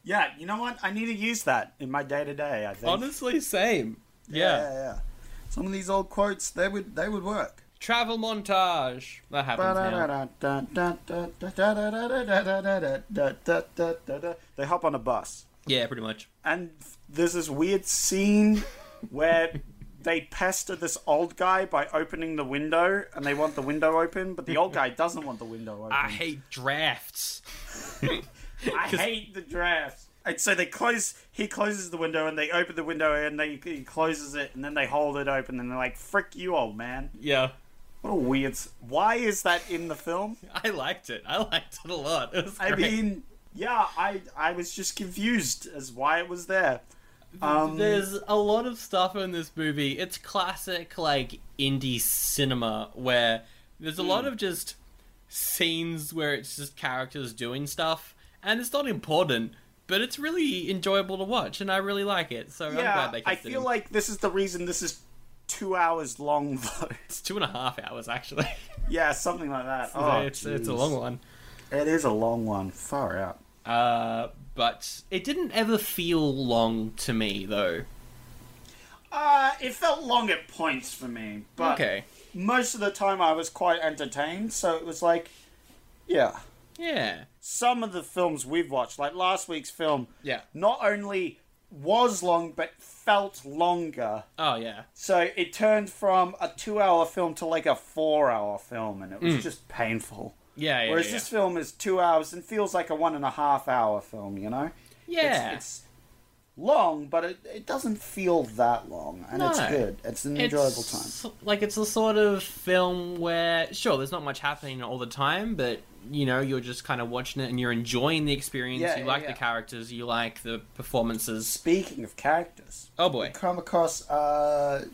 Speaker 2: Yeah, you know what? I need to use that in my day to day. I think.
Speaker 3: Honestly, same. Yeah.
Speaker 4: yeah, yeah. Some of these old quotes, they would they would work.
Speaker 3: Travel montage. That happens now.
Speaker 2: They hop on a bus,
Speaker 3: Yeah, pretty much.
Speaker 2: and there's this weird scene where they pester this old guy by opening the window, and they want the window open, but the old guy doesn't want the window open.
Speaker 3: I hate drafts.
Speaker 2: I hate the drafts. And so they close. He closes the window, and they open the window, and they he closes it, and then they hold it open, and they're like, "Frick you, old man!"
Speaker 3: Yeah.
Speaker 2: What a weird. s- Why is that in the film?
Speaker 3: I liked it. I liked it a lot. It was
Speaker 2: I
Speaker 3: great.
Speaker 2: mean, yeah, I I was just confused as why it was there. Um,
Speaker 3: There's a lot of stuff in this movie. It's classic, like, indie cinema where there's a
Speaker 2: Hmm.
Speaker 3: lot of just scenes where it's just characters doing stuff, and it's not important, but it's really enjoyable to watch, and I really like it. So I'm
Speaker 2: yeah,
Speaker 3: glad they kept
Speaker 2: I
Speaker 3: it
Speaker 2: feel
Speaker 3: in.
Speaker 2: like this is the reason this is two hours long, though.
Speaker 3: it's two and a half hours, actually.
Speaker 2: yeah, something like that. Oh,
Speaker 3: it's, it's a
Speaker 2: jeez.
Speaker 3: long one.
Speaker 2: It is a long one. Far out.
Speaker 3: Uh, but it didn't ever feel long to me, though.
Speaker 2: Uh, it felt long at points for me, but
Speaker 3: Okay.
Speaker 2: most of the time I was quite entertained, so it was like, yeah.
Speaker 3: Yeah.
Speaker 2: Some of the films we've watched, like last week's film,
Speaker 3: Yeah.
Speaker 2: not only was long but felt longer.
Speaker 3: Oh, yeah.
Speaker 2: So it turned from a two-hour film to like a four-hour film, and it was just painful.
Speaker 3: Mm. Yeah, yeah,
Speaker 2: Whereas
Speaker 3: yeah.
Speaker 2: this film is two hours and feels like a one and a half hour film, you know?
Speaker 3: yeah.
Speaker 2: It's, it's long, but it, it doesn't feel that long, and it's
Speaker 3: No.
Speaker 2: good. It's an enjoyable time.
Speaker 3: It's- Like, it's the sort of film where, sure, there's not much happening all the time, but, you know, you're just kind of watching it and you're enjoying the experience.
Speaker 2: Yeah,
Speaker 3: you
Speaker 2: yeah,
Speaker 3: like
Speaker 2: yeah.
Speaker 3: the characters, you like the performances.
Speaker 2: Speaking of characters,
Speaker 3: Oh, boy.
Speaker 4: Come across uh,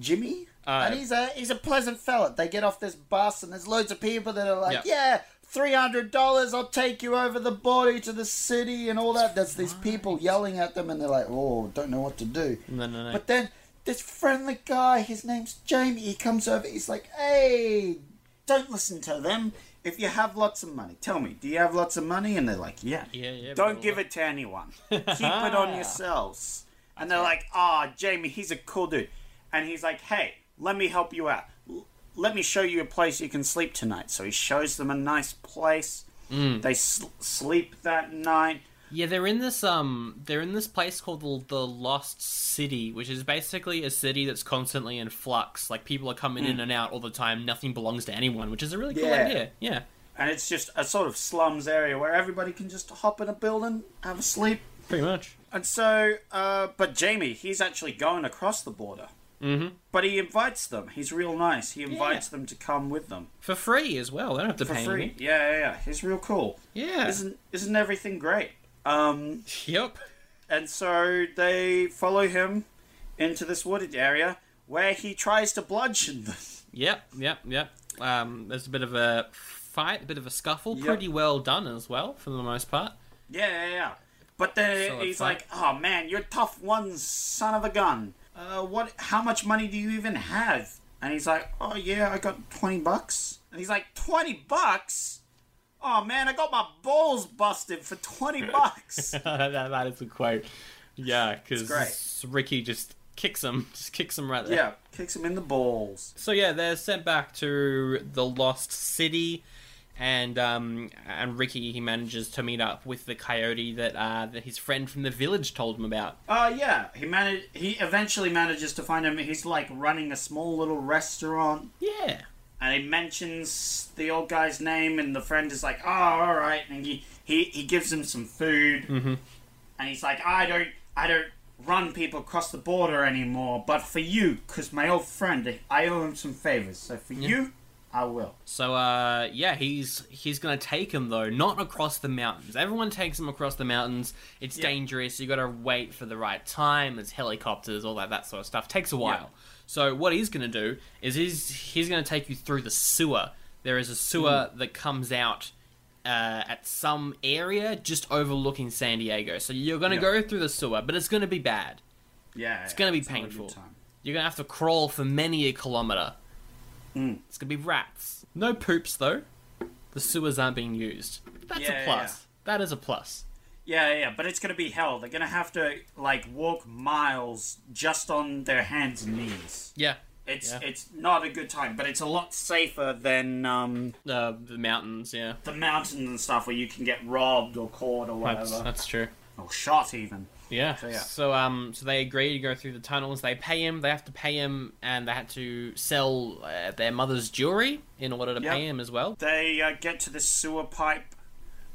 Speaker 4: Jimmy,
Speaker 3: Uh,
Speaker 4: and he's a he's a pleasant fella. They get off this bus, and there's loads of people that are like,
Speaker 3: Yeah.
Speaker 4: yeah. Three hundred dollars. I'll take you over the border to the city and all that. There's these people yelling at them, and they're like, "Oh, don't know what to do."
Speaker 3: No, no, no.
Speaker 4: But then this friendly guy, his name's Jamie, he comes over, he's like, hey,
Speaker 2: don't listen to them. If you have lots of money, tell me, do you have lots of money? And they're like, yeah.
Speaker 3: Yeah, yeah,
Speaker 2: Don't
Speaker 3: blah,
Speaker 2: give
Speaker 3: blah.
Speaker 2: it to anyone. Keep it on yourselves. And they're like, ah, Jamie, he's a cool dude. And he's like, hey, let me help you out. L- Let me show you a place you can sleep tonight. So he shows them a nice place.
Speaker 3: Mm.
Speaker 2: They sl- sleep that night.
Speaker 3: Yeah, they're in this um, they're in this place called the, the Lost City, which is basically a city that's constantly in flux. Like people are coming in and out all the time. Nothing belongs to anyone, which is a really cool
Speaker 2: Hmm. Yeah.
Speaker 3: idea. Yeah,
Speaker 2: And it's just a sort of slums area where everybody can just hop in a building, have a sleep.
Speaker 3: pretty much.
Speaker 2: And so, uh, but Jamie, he's actually going across the border. Mm-hmm. But he invites them. He's real nice. He invites them to come with them
Speaker 3: For free as well. They don't have to
Speaker 2: for
Speaker 3: pay
Speaker 2: free.
Speaker 3: anything.
Speaker 2: Yeah, yeah, yeah. He's real cool.
Speaker 3: Yeah.
Speaker 2: Isn't isn't everything great? Um,
Speaker 3: Yep.
Speaker 2: and so they follow him into this wooded area where he tries to bludgeon them.
Speaker 3: Yep. Yep. Yep. Um, there's a bit of a fight, a bit of a scuffle. Pretty well done as well, for the most part.
Speaker 2: Yeah, yeah, yeah. But then
Speaker 3: Solid
Speaker 2: he's
Speaker 3: fight.
Speaker 2: like, "Oh man, you're tough one, son of a gun. Uh, what? How much money do you even have?" And he's like, "Oh yeah, I got twenty bucks." And he's like, 20 bucks? Oh man, I got my balls busted for twenty bucks."
Speaker 3: that, that is the quote. Yeah,
Speaker 2: It's
Speaker 3: because Ricky just kicks him, just kicks him right there.
Speaker 2: yeah, kicks him in the balls.
Speaker 3: So yeah, they're sent back to the lost city, and um, and Ricky he manages to meet up with the coyote that uh, that his friend from the village told him about.
Speaker 2: Uh, yeah, he managed. He eventually manages to find him. He's like running a small little restaurant,
Speaker 3: Yeah,
Speaker 2: and he mentions the old guy's name, and the friend is like, "Oh, all right," and he he, he gives him some food,
Speaker 3: Mm-hmm.
Speaker 2: and he's like, "I don't I don't run people across the border anymore, but for you, because my old friend, I owe him some favors, so for you, I will."
Speaker 3: So uh, yeah, he's he's gonna take him though, not across the mountains. Everyone takes him across the mountains. It's dangerous. You gotta wait for the right time. There's helicopters, all that that sort of stuff. Takes a while. So what he's gonna do is he's he's gonna take you through the sewer. There is a sewer that comes out uh, at some area just overlooking San Diego. So you're gonna
Speaker 2: Yeah.
Speaker 3: go through the sewer, but it's gonna be bad.
Speaker 2: Yeah,
Speaker 3: It's gonna be painful. You're gonna have to crawl for many a kilometer.
Speaker 2: Mm.
Speaker 3: It's gonna be rats. No poops though. The sewers aren't being used. That's
Speaker 2: Yeah, yeah,
Speaker 3: a plus. That is a plus.
Speaker 2: Yeah, yeah, but it's gonna be hell. They're gonna have to like walk miles just on their hands and knees.
Speaker 3: Yeah.
Speaker 2: It's
Speaker 3: Yeah.
Speaker 2: it's not a good time, but it's a lot safer than um,
Speaker 3: Uh, the mountains. Yeah.
Speaker 2: the mountains and stuff where you can get robbed or caught or whatever,
Speaker 3: That's, that's true.
Speaker 2: or shot even.
Speaker 3: Yeah.
Speaker 2: So, yeah.
Speaker 3: So um, so they agree to go through the tunnels. They pay him. They have to pay him, and they had to sell uh, their mother's jewelry in order to
Speaker 2: Yep.
Speaker 3: pay him as well.
Speaker 2: They uh, get to this sewer pipe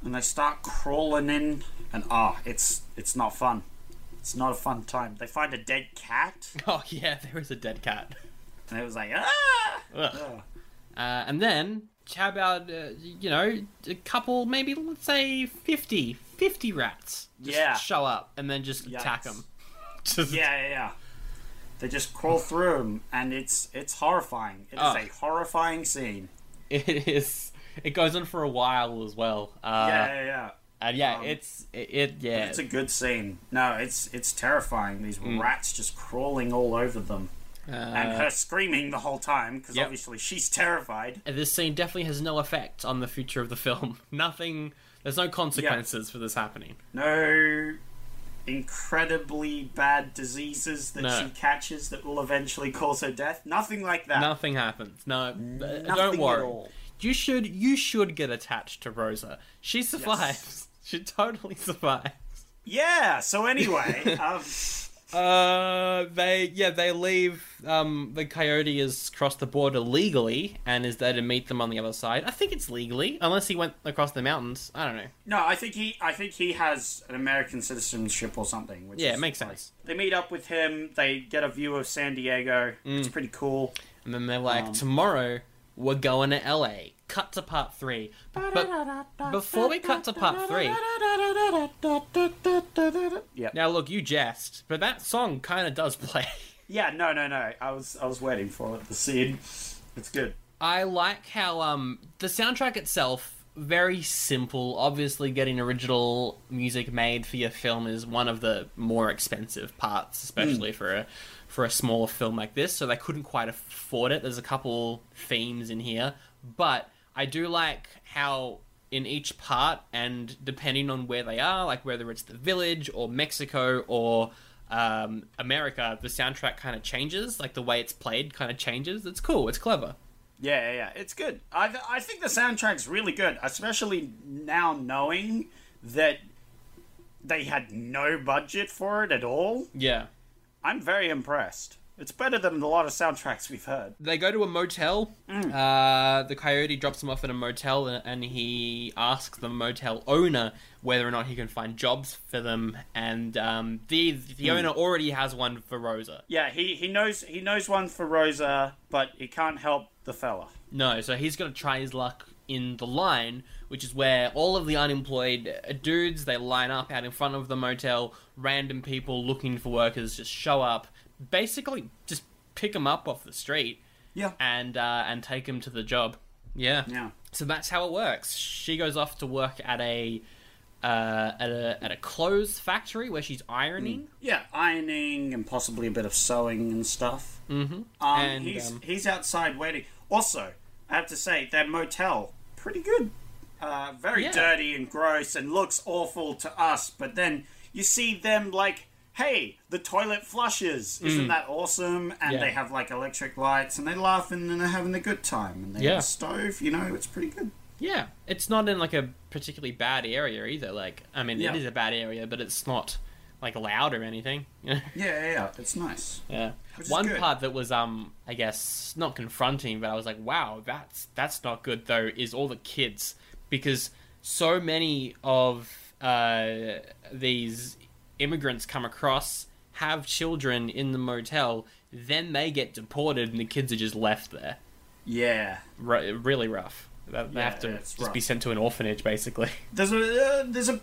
Speaker 2: and they start crawling in, and ah, it's it's not fun. It's not a fun time. They find a dead cat,
Speaker 3: Oh yeah, there is a dead cat.
Speaker 2: and it was like ah.
Speaker 3: Uh, and then, how about, uh, you know, a couple, maybe let's say 50, 50 rats just
Speaker 2: Yeah.
Speaker 3: show up and then just attack
Speaker 2: Yikes.
Speaker 3: them. Just,
Speaker 2: Yeah, yeah, yeah. They just crawl through 'em, and it's it's horrifying. It is
Speaker 3: Oh.
Speaker 2: a horrifying scene.
Speaker 3: It is. It goes on for a while as well. Uh,
Speaker 2: Yeah, yeah, yeah.
Speaker 3: And yeah, it's, it, it yeah.
Speaker 2: It's a good scene. No, it's it's terrifying. These
Speaker 3: Mm.
Speaker 2: rats just crawling all over them, and her screaming the whole time because
Speaker 3: Uh, Yep.
Speaker 2: obviously she's terrified.
Speaker 3: this scene definitely has no effect on the future of the film. Nothing, there's no consequences for this happening.
Speaker 2: No incredibly bad diseases that
Speaker 3: No.
Speaker 2: she catches that will eventually cause her death. Nothing like that.
Speaker 3: Nothing happens. No, uh,
Speaker 2: Nothing
Speaker 3: don't
Speaker 2: at
Speaker 3: worry.
Speaker 2: all.
Speaker 3: You should, you should get attached to Rosa. She survives. She totally survives.
Speaker 2: Yeah. So anyway, um,
Speaker 3: Uh, they yeah they leave. Um, the coyote has crossed the border legally and is there to meet them on the other side. I think it's legally, unless he went across the mountains. I don't know.
Speaker 2: no, I think he I think he has an American citizenship or something. Which
Speaker 3: Yeah,
Speaker 2: is
Speaker 3: it makes
Speaker 2: like-
Speaker 3: sense.
Speaker 2: They meet up with him. They get a view of San Diego. It's
Speaker 3: Mm.
Speaker 2: pretty cool.
Speaker 3: And then they're like, tomorrow we're going to L.A. Cut to part three. But before we cut to part three, now look, you jest, but that song kind of does play.
Speaker 2: Yeah, no, no, no. I was I was waiting for it. The scene. It's good.
Speaker 3: I like how um the soundtrack itself very simple. Obviously, getting original music made for your film is one of the more expensive parts, especially for a for a smaller film like this. So they couldn't quite afford it. There's a couple themes in here, but I do like how in each part and depending on where they are, like whether it's the village or Mexico or um, America, the soundtrack kind of changes. Like the way it's played kind of changes. It's cool. It's clever.
Speaker 2: Yeah, yeah, yeah. It's good. I th- I think the soundtrack's really good, especially now knowing that they had no budget for it at all.
Speaker 3: Yeah.
Speaker 2: I'm very impressed. It's better than a lot of soundtracks we've heard.
Speaker 3: They go to a motel. Uh, the coyote drops them off at a motel, and, and he asks the motel owner whether or not he can find jobs for them. And um, the the owner already has one for Rosa.
Speaker 2: Yeah, he, he knows he knows one for Rosa, but he can't help the fella.
Speaker 3: No, so he's gonna try his luck in the line, which is where all of the unemployed uh, dudes they line up out in front of the motel. Random people looking for workers just show up, basically just pick them up off the street
Speaker 2: Yeah.
Speaker 3: and uh, and take them to the job. Yeah.
Speaker 2: Yeah.
Speaker 3: So that's how it works. She goes off to work at a uh, at a at a clothes factory where she's ironing.
Speaker 2: Yeah, ironing and possibly a bit of sewing and stuff. Mm-hmm. Um,
Speaker 3: And,
Speaker 2: he's
Speaker 3: um,
Speaker 2: he's outside waiting. Also, I have to say that motel pretty good. Uh, very
Speaker 3: Yeah.
Speaker 2: dirty and gross and looks awful to us. But then you see them like, hey, the toilet flushes. Isn't that awesome? And
Speaker 3: Mm. Yeah.
Speaker 2: they have like electric lights and they're laughing and they're having a good time. And they
Speaker 3: Yeah.
Speaker 2: have a stove. You know, it's pretty good.
Speaker 3: Yeah, it's not in like a particularly bad area either. Like, I mean,
Speaker 2: Yeah.
Speaker 3: it is a bad area, but it's not like loud or anything. you know?
Speaker 2: Yeah, yeah, yeah. It's nice.
Speaker 3: yeah.
Speaker 2: Which is
Speaker 3: One
Speaker 2: good.
Speaker 3: part that was, um, I guess, not confronting, but I was like, wow, that's that's not good though. Is all the kids because so many of uh, these immigrants come across have children in the motel, then they get deported, and the kids are just left there.
Speaker 2: Yeah.
Speaker 3: Ru really rough. They they
Speaker 2: Yeah,
Speaker 3: have to
Speaker 2: it's
Speaker 3: just
Speaker 2: rough.
Speaker 3: be sent to an orphanage, basically.
Speaker 2: there's a uh, there's a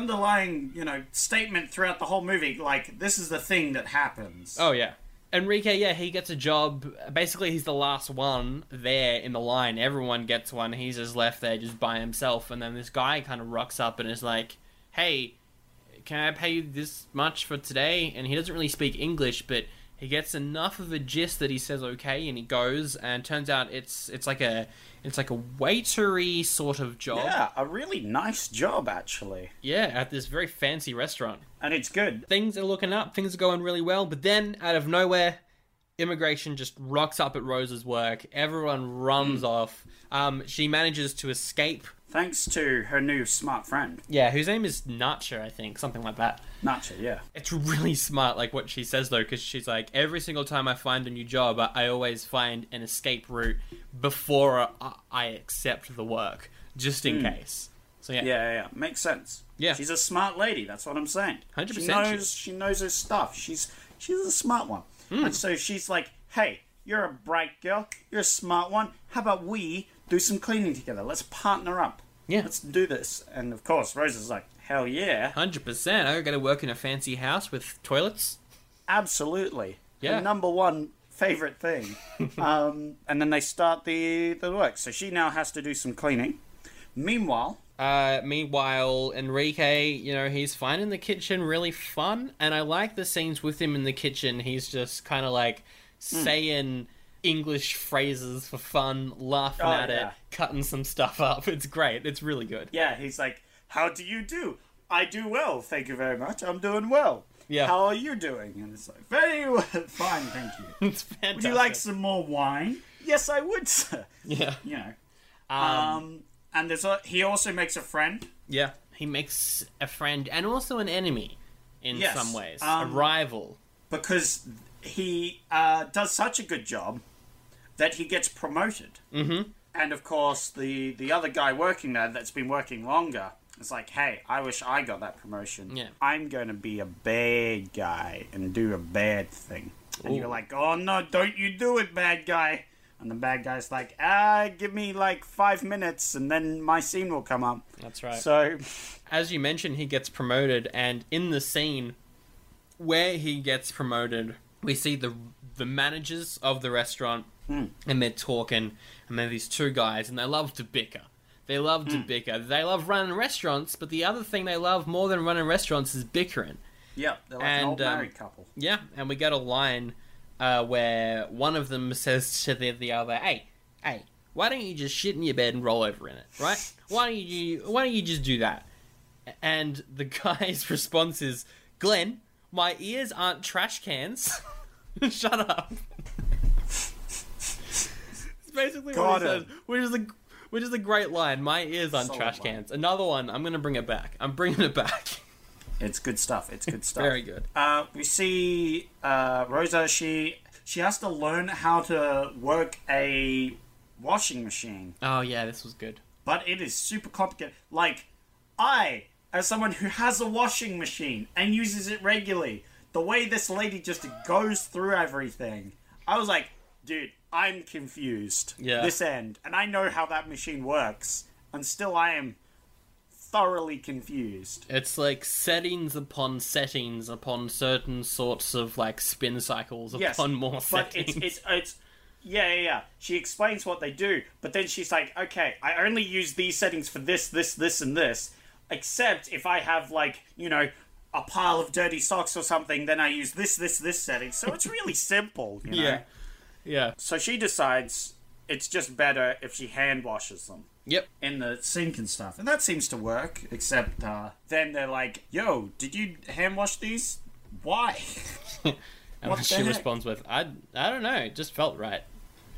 Speaker 2: underlying you know statement throughout the whole movie like this is the thing that happens
Speaker 3: Oh yeah. Enrique, yeah, he gets a job. Basically, he's the last one there in the line. Everyone gets one. He's just left there just by himself. And then this guy kind of rocks up and is like, "Hey, can I pay you this much for today?" And he doesn't really speak English, but he gets enough of a gist that he says okay, and he goes. And turns out it's it's like a it's like a waitery sort of job.
Speaker 2: yeah a really nice job actually
Speaker 3: yeah at this very fancy restaurant
Speaker 2: and it's good
Speaker 3: things are looking up, things are going really well, but then out of nowhere, immigration just rocks up at Rose's work. Everyone runs off. Um, she manages to escape.
Speaker 2: thanks to her new smart friend
Speaker 3: Yeah, whose name is Nacha, I think, something like that.
Speaker 2: Nacha yeah
Speaker 3: It's really smart, like what she says though, because she's like, every single time I find a new job, I, I always find an escape route before I, I accept the work, just in case. So yeah,
Speaker 2: yeah yeah, yeah. makes sense
Speaker 3: Yeah.
Speaker 2: she's a smart lady that's what I'm saying
Speaker 3: 100%
Speaker 2: she
Speaker 3: she
Speaker 2: knows
Speaker 3: is.
Speaker 2: she knows her stuff she's she's a smart one
Speaker 3: Hmm.
Speaker 2: and so she's like hey you're a bright girl you're a smart one how about we do some cleaning together let's partner up
Speaker 3: Yeah.
Speaker 2: let's do this and of course Rose is like hell yeah
Speaker 3: hundred percent. I got to work in a fancy house with toilets.
Speaker 2: Absolutely.
Speaker 3: Yeah.
Speaker 2: The number one favorite thing. um, and then they start the, the work. So she now has to do some cleaning. Meanwhile,
Speaker 3: Uh, meanwhile, Enrique, you know, he's finding the kitchen really fun, and I like the scenes with him in the kitchen. He's just kind of like
Speaker 2: Hmm.
Speaker 3: saying English phrases for fun, laughing
Speaker 2: Oh,
Speaker 3: at
Speaker 2: yeah.
Speaker 3: it, cutting some stuff up. It's great. It's really good.
Speaker 2: yeah, he's like, How do you do? I do well. Thank you very much. I'm doing well.
Speaker 3: Yeah.
Speaker 2: How are you doing? And it's like, Very well. Fine. Thank you.
Speaker 3: It's fantastic.
Speaker 2: Would you like some more wine? Yes, I would, sir.
Speaker 3: Yeah.
Speaker 2: You know. Um, and there's a, he also makes a friend.
Speaker 3: Yeah. He makes a friend and also an enemy in
Speaker 2: Yes,
Speaker 3: some ways,
Speaker 2: um,
Speaker 3: a rival.
Speaker 2: because he uh, does such a good job that he gets promoted. Mm-hmm. And of course, the the other guy working there that's been working longer is like, "Hey, I wish I got that promotion.
Speaker 3: Yeah.
Speaker 2: I'm going to be a bad guy and do a bad thing." And you're
Speaker 3: Ooh.
Speaker 2: like, "Oh no, don't you do it, bad guy!" And the bad guy's like, "Ah, give me like five minutes, and then my scene will come up."
Speaker 3: That's right.
Speaker 2: So,
Speaker 3: as you mentioned, he gets promoted, and in the scene where he gets promoted, we see the the managers of the restaurant, and they're talking, and they're these two guys, and they love to bicker. They love to bicker. They love running restaurants, but the other thing they love more than running restaurants is bickering.
Speaker 2: yeah, they're like an
Speaker 3: And,
Speaker 2: old
Speaker 3: um,
Speaker 2: married couple.
Speaker 3: Yeah, and we get a line uh, where one of them says to the, the other, "Hey, hey, why don't you just shit in your bed and roll over in it, right? Why don't you Why don't you just do that?" And the guy's response is, "Glenn, my ears aren't trash cans. Shut up." it's basically
Speaker 2: Got
Speaker 3: what he says,
Speaker 2: him.
Speaker 3: which is a which is a great line. My ears aren't
Speaker 2: Solid
Speaker 3: trash
Speaker 2: line.
Speaker 3: cans. Another one. I'm gonna bring it back. I'm bringing it back.
Speaker 2: It's good stuff. It's good stuff.
Speaker 3: Very good.
Speaker 2: Uh, we see uh, Rosa. She she has to learn how to work a washing machine,
Speaker 3: Oh yeah, this was good.
Speaker 2: but it is super complicated. Like I, as someone who has a washing machine and uses it regularly, the way this lady just goes through everything, I was like, dude, I'm confused.
Speaker 3: Yeah.
Speaker 2: This end, and I know how that machine works, and still I am thoroughly confused.
Speaker 3: It's like settings upon settings upon certain sorts of like spin cycles
Speaker 2: yes,
Speaker 3: upon more
Speaker 2: but
Speaker 3: settings.
Speaker 2: it's, it's it's yeah yeah yeah she explains what they do but then she's like okay i only use these settings for this this this and this Except if I have like you know a pile of dirty socks or something, then I use this, this, this setting. So it's really simple. You know?
Speaker 3: Yeah. Yeah.
Speaker 2: So she decides it's just better if she hand washes them
Speaker 3: Yep.
Speaker 2: in the sink and stuff. And that seems to work, except uh, then they're like, yo, did you hand wash these? Why?
Speaker 3: And
Speaker 2: What
Speaker 3: then
Speaker 2: the
Speaker 3: she
Speaker 2: heck?
Speaker 3: responds with, I, I don't know, it just felt right.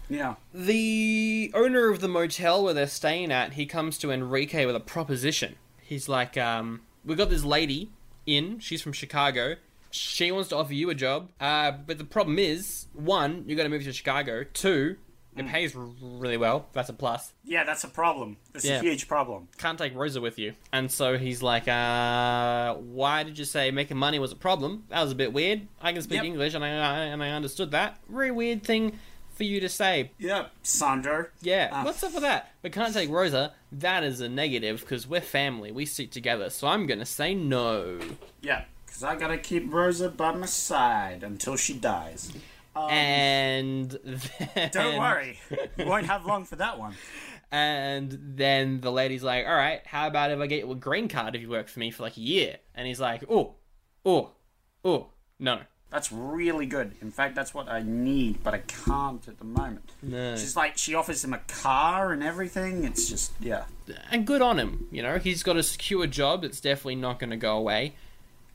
Speaker 2: yeah.
Speaker 3: The owner of the motel where they're staying at, he comes to Enrique with a proposition. He's like, um, we got this lady in, she's from Chicago. She wants to offer you a job. Uh, but the problem is, one, you got to move to Chicago. Two, it pays r- really well. That's a plus.
Speaker 2: Yeah, that's a problem. That's
Speaker 3: Yeah.
Speaker 2: a huge problem.
Speaker 3: can't take Rosa with you. And so he's like, uh, why did you say making money was a problem? That was a bit weird. I can speak
Speaker 2: Yep.
Speaker 3: English and I, I and I understood that. Very weird thing for you to say.
Speaker 2: Yeah, Sandro.
Speaker 3: Yeah,
Speaker 2: Ah.
Speaker 3: what's up with that? But can't take Rosa. That is a negative because we're family. We stick together. So I'm gonna say no.
Speaker 2: Yeah, because I gotta keep Rosa by my side until she dies.
Speaker 3: and then,
Speaker 2: Um, Don't worry, you won't have long for that one.
Speaker 3: And then the lady's like, "All right, how about if I get you a green card if you work for me for like a year?" And he's like, "Oh, oh, oh, no."
Speaker 2: That's really good. In fact, that's what I need, but I can't at the moment.
Speaker 3: No.
Speaker 2: She's like, she offers him a car and everything. It's just, yeah.
Speaker 3: and good on him. You know, he's got a secure job that's definitely not going to go away,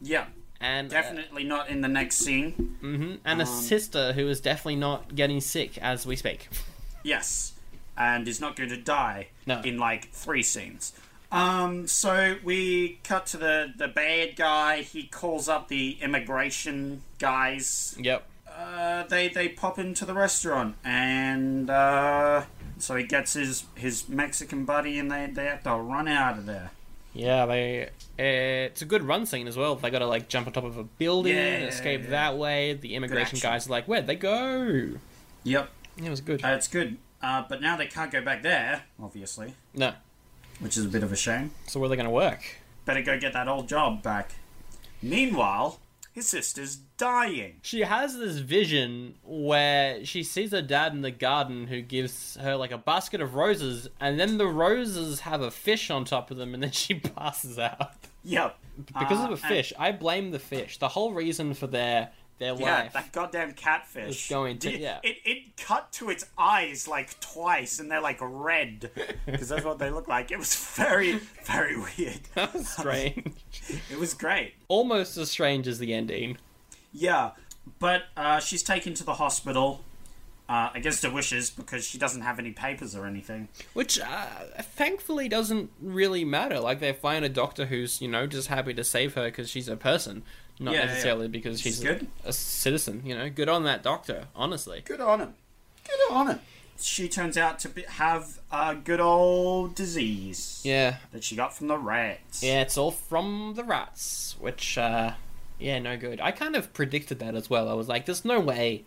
Speaker 2: Yeah.
Speaker 3: and
Speaker 2: Definitely um, not in the next scene.
Speaker 3: and a sister who is definitely not getting sick as we speak.
Speaker 2: Yes. And is not going to die
Speaker 3: No.
Speaker 2: in like three scenes. Um, so we cut to the, the bad guy. He calls up the immigration guys.
Speaker 3: Yep.
Speaker 2: Uh, they, they pop into the restaurant and uh, so he gets his, his Mexican buddy and they, they have to run out of there.
Speaker 3: Yeah, they. Uh, it's a good run scene as well. They got to like jump on top of a building,
Speaker 2: Yeah,
Speaker 3: and
Speaker 2: yeah,
Speaker 3: escape
Speaker 2: yeah.
Speaker 3: that way. The immigration
Speaker 2: action.
Speaker 3: guys are like, "Where'd they go?"
Speaker 2: Yep.
Speaker 3: It was good.
Speaker 2: Uh, it's good. Uh, but now they can't go back there, obviously,
Speaker 3: no.
Speaker 2: which is a bit of a shame.
Speaker 3: So where are they going to work?
Speaker 2: Better go get that old job back. Meanwhile, his sister's dying.
Speaker 3: She has this vision where she sees her dad in the garden who gives her like a basket of roses, and then the roses have a fish on top of them, and then she passes out.
Speaker 2: Yep.
Speaker 3: because
Speaker 2: Uh,
Speaker 3: of a
Speaker 2: and-
Speaker 3: fish. I blame the fish. The whole reason for their their
Speaker 2: Yeah,
Speaker 3: life.
Speaker 2: that goddamn catfish.
Speaker 3: It's going to-
Speaker 2: Did-
Speaker 3: yeah.
Speaker 2: It, it cut to its eyes like twice, and they're like red, because that's what they look like. It was very, very weird.
Speaker 3: That was strange.
Speaker 2: It was great.
Speaker 3: Almost as strange as the ending.
Speaker 2: Yeah, but uh, she's taken to the hospital uh, against her wishes because she doesn't have any papers or anything.
Speaker 3: Which uh, thankfully doesn't really matter. Like they find a doctor who's you know just happy to save her because she's a person, not
Speaker 2: Yeah, yeah, yeah.
Speaker 3: necessarily because she's a,
Speaker 2: good.
Speaker 3: a citizen. You know, good on that doctor. Honestly,
Speaker 4: Good on him. Good on him.
Speaker 2: she turns out to be, have a good old disease
Speaker 3: yeah,
Speaker 2: that she got from the rats.
Speaker 3: yeah. It's all from the rats, which uh, yeah, no good. I kind of predicted that as well. I was like, there's no way.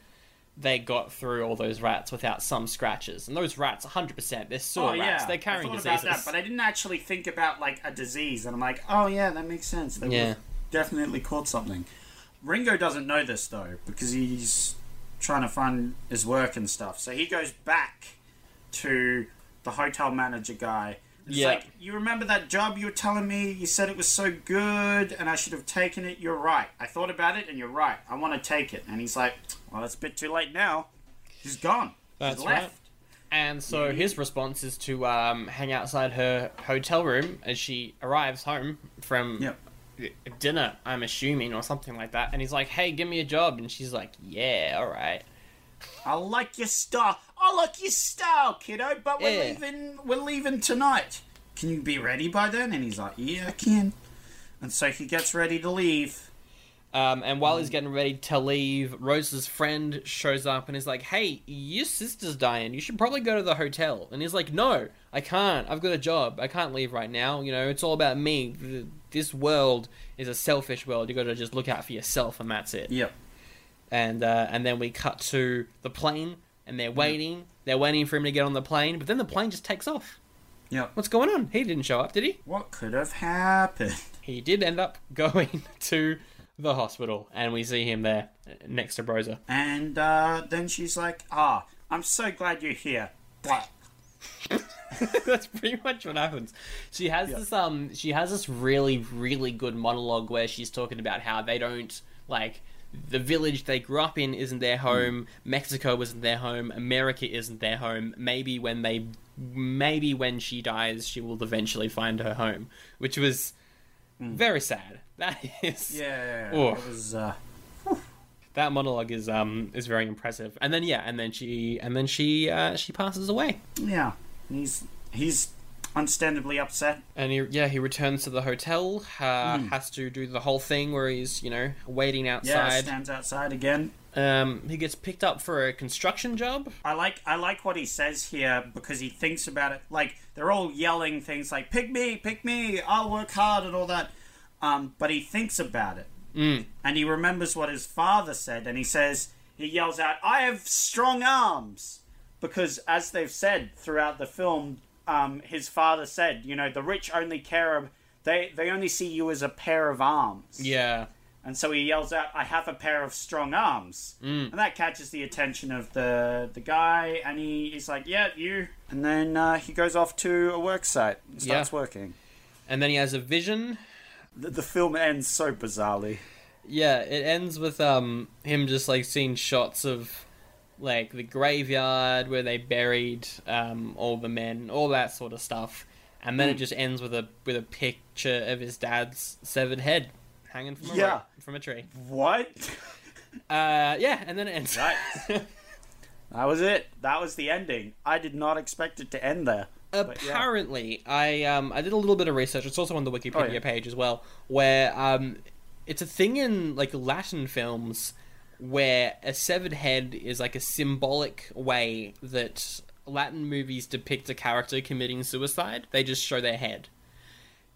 Speaker 3: They got through all those rats without some scratches, and those rats, 100%, they're
Speaker 2: Oh
Speaker 3: sewer rats.
Speaker 2: yeah,
Speaker 3: They're carrying
Speaker 2: I thought
Speaker 3: diseases.
Speaker 2: about that, but I didn't actually think about like a disease, and I'm like, oh yeah, that makes sense. They
Speaker 3: Yeah.
Speaker 2: would've definitely caught something. Ringo doesn't know this though because he's trying to fund his work and stuff. So he goes back to the hotel manager guy. It's
Speaker 3: Yeah.
Speaker 2: like, you remember that job you were telling me? You said it was so good and I should have taken it. You're right. I thought about it and you're right. I want to take it. And he's like, well, it's a bit too late now. He's gone.
Speaker 3: That's
Speaker 2: He's
Speaker 3: right.
Speaker 2: left.
Speaker 3: And so his response is to um, hang outside her hotel room as she arrives home from
Speaker 2: Yep.
Speaker 3: dinner, I'm assuming, or something like that. And he's like, "Hey, give me a job," and she's like, "Yeah, all right."
Speaker 2: I like your style. I like your style, kiddo. But we're
Speaker 3: Yeah.
Speaker 2: leaving. We're leaving tonight. Can you be ready by then? And he's like, Yeah, I can. And so he gets ready to leave.
Speaker 3: Um, and while he's getting ready to leave, Rose's friend shows up and is like, "Hey, your sister's dying. You should probably go to the hotel." And he's like, "No, I can't. I've got a job. I can't leave right now. You know, it's all about me. Th- This world is a selfish world. You got to just look out for yourself, and that's it."
Speaker 2: Yep.
Speaker 3: and uh, and then we cut to the plane and they're waiting they're waiting for him to get on the plane but then the plane just takes off
Speaker 2: Yep.
Speaker 3: what's going on he didn't show up did he
Speaker 2: What could have happened?
Speaker 3: he did end up going to the hospital and we see him there uh, next to broza
Speaker 2: And uh, then she's like, Ah, I'm so glad you're here. But
Speaker 3: That's pretty much what happens. She has this um she has this really really good monologue where she's talking about how they don't like the village they grew up in isn't their home, Mexico wasn't their home, America isn't their home. Maybe when they maybe when she dies she will eventually find her home, which was very sad. That is
Speaker 2: Yeah.
Speaker 3: Oof.
Speaker 2: It was. Uh,
Speaker 3: that monologue is um is very impressive. And then yeah, and then she and then she uh, she passes away.
Speaker 2: yeah. He's he's understandably upset.
Speaker 3: And he, yeah, he returns to the hotel. Uh, Has to do the whole thing where he's, you know, waiting
Speaker 2: Yeah.
Speaker 3: outside.
Speaker 2: Stands outside again.
Speaker 3: um, he gets picked up for a construction job.
Speaker 2: I like I like what he says here because he thinks about it. Like they're all yelling things like "pick me, pick me, I'll work hard" and all that. Um, but he thinks about it, and he remembers what his father said, and he says he yells out, "I have strong arms," because as they've said throughout the film, um, his father said, "You know, the rich only care of they they only see you as a pair of arms."
Speaker 3: Yeah,
Speaker 2: And so he yells out, "I have a pair of strong arms,"
Speaker 3: Mm.
Speaker 2: and that catches the attention of the the guy. And he is like, "Yeah, you." And then uh, he goes off to a work site and starts
Speaker 3: Yeah.
Speaker 2: working.
Speaker 3: and then he has a vision.
Speaker 2: The, the film ends so bizarrely.
Speaker 3: Yeah, it ends with um him just like seeing shots of like the graveyard where they buried um all the men, all that sort of stuff. And then it just ends with a with a picture of his dad's severed head hanging from a
Speaker 2: Yeah.
Speaker 3: rope, from a tree.
Speaker 2: What?
Speaker 3: Uh, yeah, and then it ends.
Speaker 2: Right. that was it. That was the ending. I did not expect it to end there. But yeah.
Speaker 3: Apparently, I um I did a little bit of research. It's also on the Wikipedia
Speaker 2: Oh, yeah.
Speaker 3: page as well, where um it's a thing in like Latin films where a severed head is like a symbolic way that Latin movies depict a character committing suicide. They just show their head,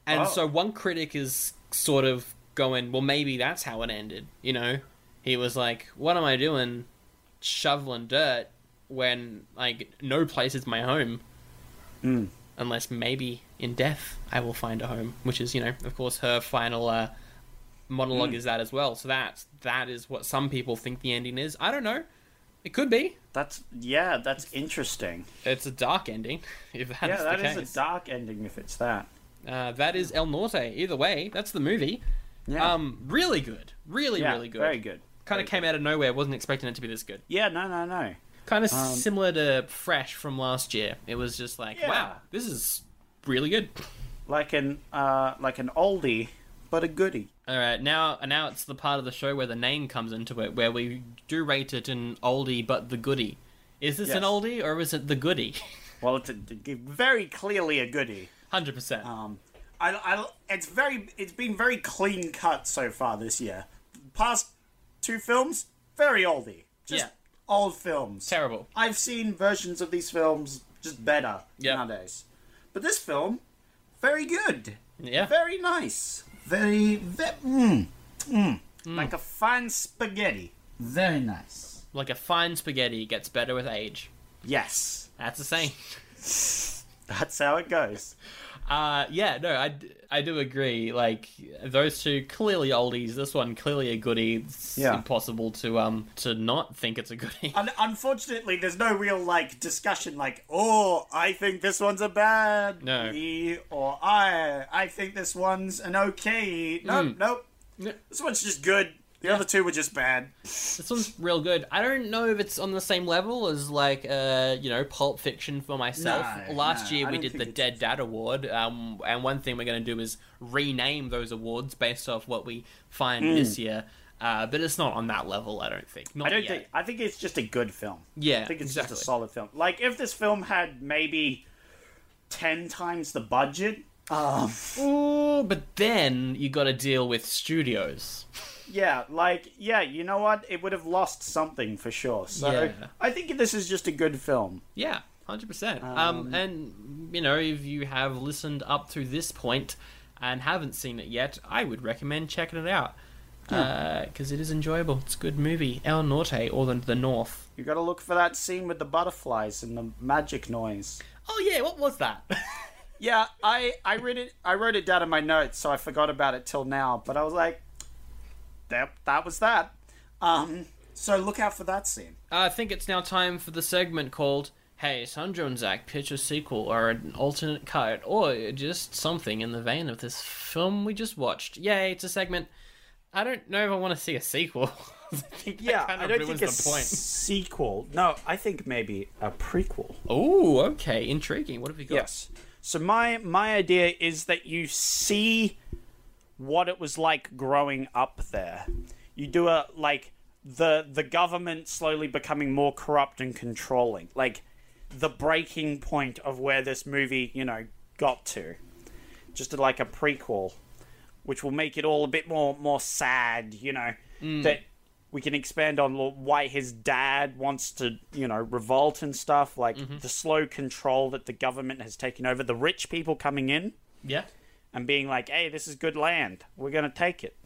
Speaker 3: and
Speaker 2: Oh.
Speaker 3: so one critic is sort of going, well, maybe that's how it ended. You know, he was like, "What am I doing, shoveling dirt when like no place is my home?"
Speaker 2: Mm.
Speaker 3: unless maybe in death I will find a home, which is you know of course her final uh, monologue
Speaker 2: Mm.
Speaker 3: is that as well. So that's that is what some people think the ending is. I don't know. It could be.
Speaker 2: That's yeah. That's interesting.
Speaker 3: It's a dark ending. If that's
Speaker 2: Yeah, that
Speaker 3: the
Speaker 2: is
Speaker 3: case,
Speaker 2: a dark ending if it's that.
Speaker 3: uh, that is El Norte. Either way, that's the movie.
Speaker 2: Yeah.
Speaker 3: Um, really good. Really,
Speaker 2: yeah,
Speaker 3: really good.
Speaker 2: Very good.
Speaker 3: Kind
Speaker 2: Very
Speaker 3: of came out of nowhere. Wasn't expecting it to be this good.
Speaker 2: Yeah. No. No. No.
Speaker 3: Kind of similar to Fresh from last year. It was just like,
Speaker 2: Um, Yeah.
Speaker 3: wow, this is really good.
Speaker 2: Like an uh, like an oldie, but a goodie.
Speaker 3: All right, now now it's the part of the show where the name comes into it, where we do rate it an oldie but the goodie. Is this an
Speaker 2: Yes.
Speaker 3: oldie or is it the goodie?
Speaker 2: Well, it's a, d- very clearly a goodie.
Speaker 3: Hundred percent.
Speaker 2: Um, I, I, it's very, it's been very clean cut so far this year. Past two films, very oldie, just
Speaker 3: Yeah.
Speaker 2: old films.
Speaker 3: Terrible.
Speaker 2: I've seen versions of these films just better
Speaker 3: Yeah.
Speaker 2: nowadays, but this film, very good,
Speaker 3: Yeah.
Speaker 2: very nice, very, ve- mm, mm,
Speaker 3: Mm.
Speaker 2: like a fine spaghetti. Very nice.
Speaker 3: Like a fine spaghetti gets better with age.
Speaker 2: Yes,
Speaker 3: That's the saying.
Speaker 2: that's how it goes.
Speaker 3: Uh, yeah, no, I, d- I do agree. Like those two clearly oldies. This one clearly a goodie. It's
Speaker 2: Yeah.
Speaker 3: impossible to um to not think it's a goodie.
Speaker 2: Un- unfortunately, there's no real like discussion. Like, oh, I think this one's a bad
Speaker 3: No.
Speaker 2: E," or I, I think this one's an okay.
Speaker 3: Hmm.
Speaker 2: Nope, nope. This one's just good. The other two were just bad.
Speaker 3: This one's real good. I don't know if it's on the same level as like uh you know Pulp Fiction for myself.
Speaker 2: No,
Speaker 3: Last
Speaker 2: no,
Speaker 3: year
Speaker 2: I
Speaker 3: we
Speaker 2: don't
Speaker 3: did the
Speaker 2: think it's-
Speaker 3: Dead Dad Award, um, and one thing we're going to do is rename those awards based off what we find this year. Uh, but it's not on that level, I don't think. Not
Speaker 2: Hmm. I don't
Speaker 3: yet.
Speaker 2: think. I think it's just a good film.
Speaker 3: Yeah,
Speaker 2: I think it's just
Speaker 3: exactly.
Speaker 2: a solid film. Like, if this film had maybe ten times the budget, um,
Speaker 3: Ooh, but then you got to deal with studios.
Speaker 2: Yeah, like yeah, you know what? It would have lost something for sure. So
Speaker 3: Yeah.
Speaker 2: I think this is just a good film.
Speaker 3: Yeah, hundred percent. Um, and you know, if you have listened up to this point and haven't seen it yet, I would recommend checking it out Hmm. because it is enjoyable. It's a good movie. El Norte or the, the North.
Speaker 2: You gotta look for that scene with the butterflies and the magic noise.
Speaker 3: Oh yeah, what was that?
Speaker 2: Yeah, I I read it. I wrote it down in my notes, so I forgot about it till now. But I was like, that that was that. Um, so look out for that scene.
Speaker 3: I think it's now time for the segment called hey, Sandro and Zach pitch a sequel or an alternate cut or just something in the vein of this film we just watched. Yay, it's a segment. I don't know if I want to see a sequel. I think that
Speaker 2: Yeah,
Speaker 3: kind of
Speaker 2: I don't
Speaker 3: ruins
Speaker 2: think a
Speaker 3: the point.
Speaker 2: sequel. No, I think maybe a prequel.
Speaker 3: Oh, okay, intriguing. What have we got?
Speaker 2: Yes. So my my idea is that you see what it was like growing up there. You do a like the the government slowly becoming more corrupt and controlling. Like the breaking point of where this movie, you know, got to. Just like a prequel which will make it all a bit more more sad, you know, that we can expand on l- why his dad wants to, you know, revolt and stuff, like the slow control that the government has taken over, the rich people coming in
Speaker 3: Yeah.
Speaker 2: and being like, "Hey, this is good land. We're going to take it."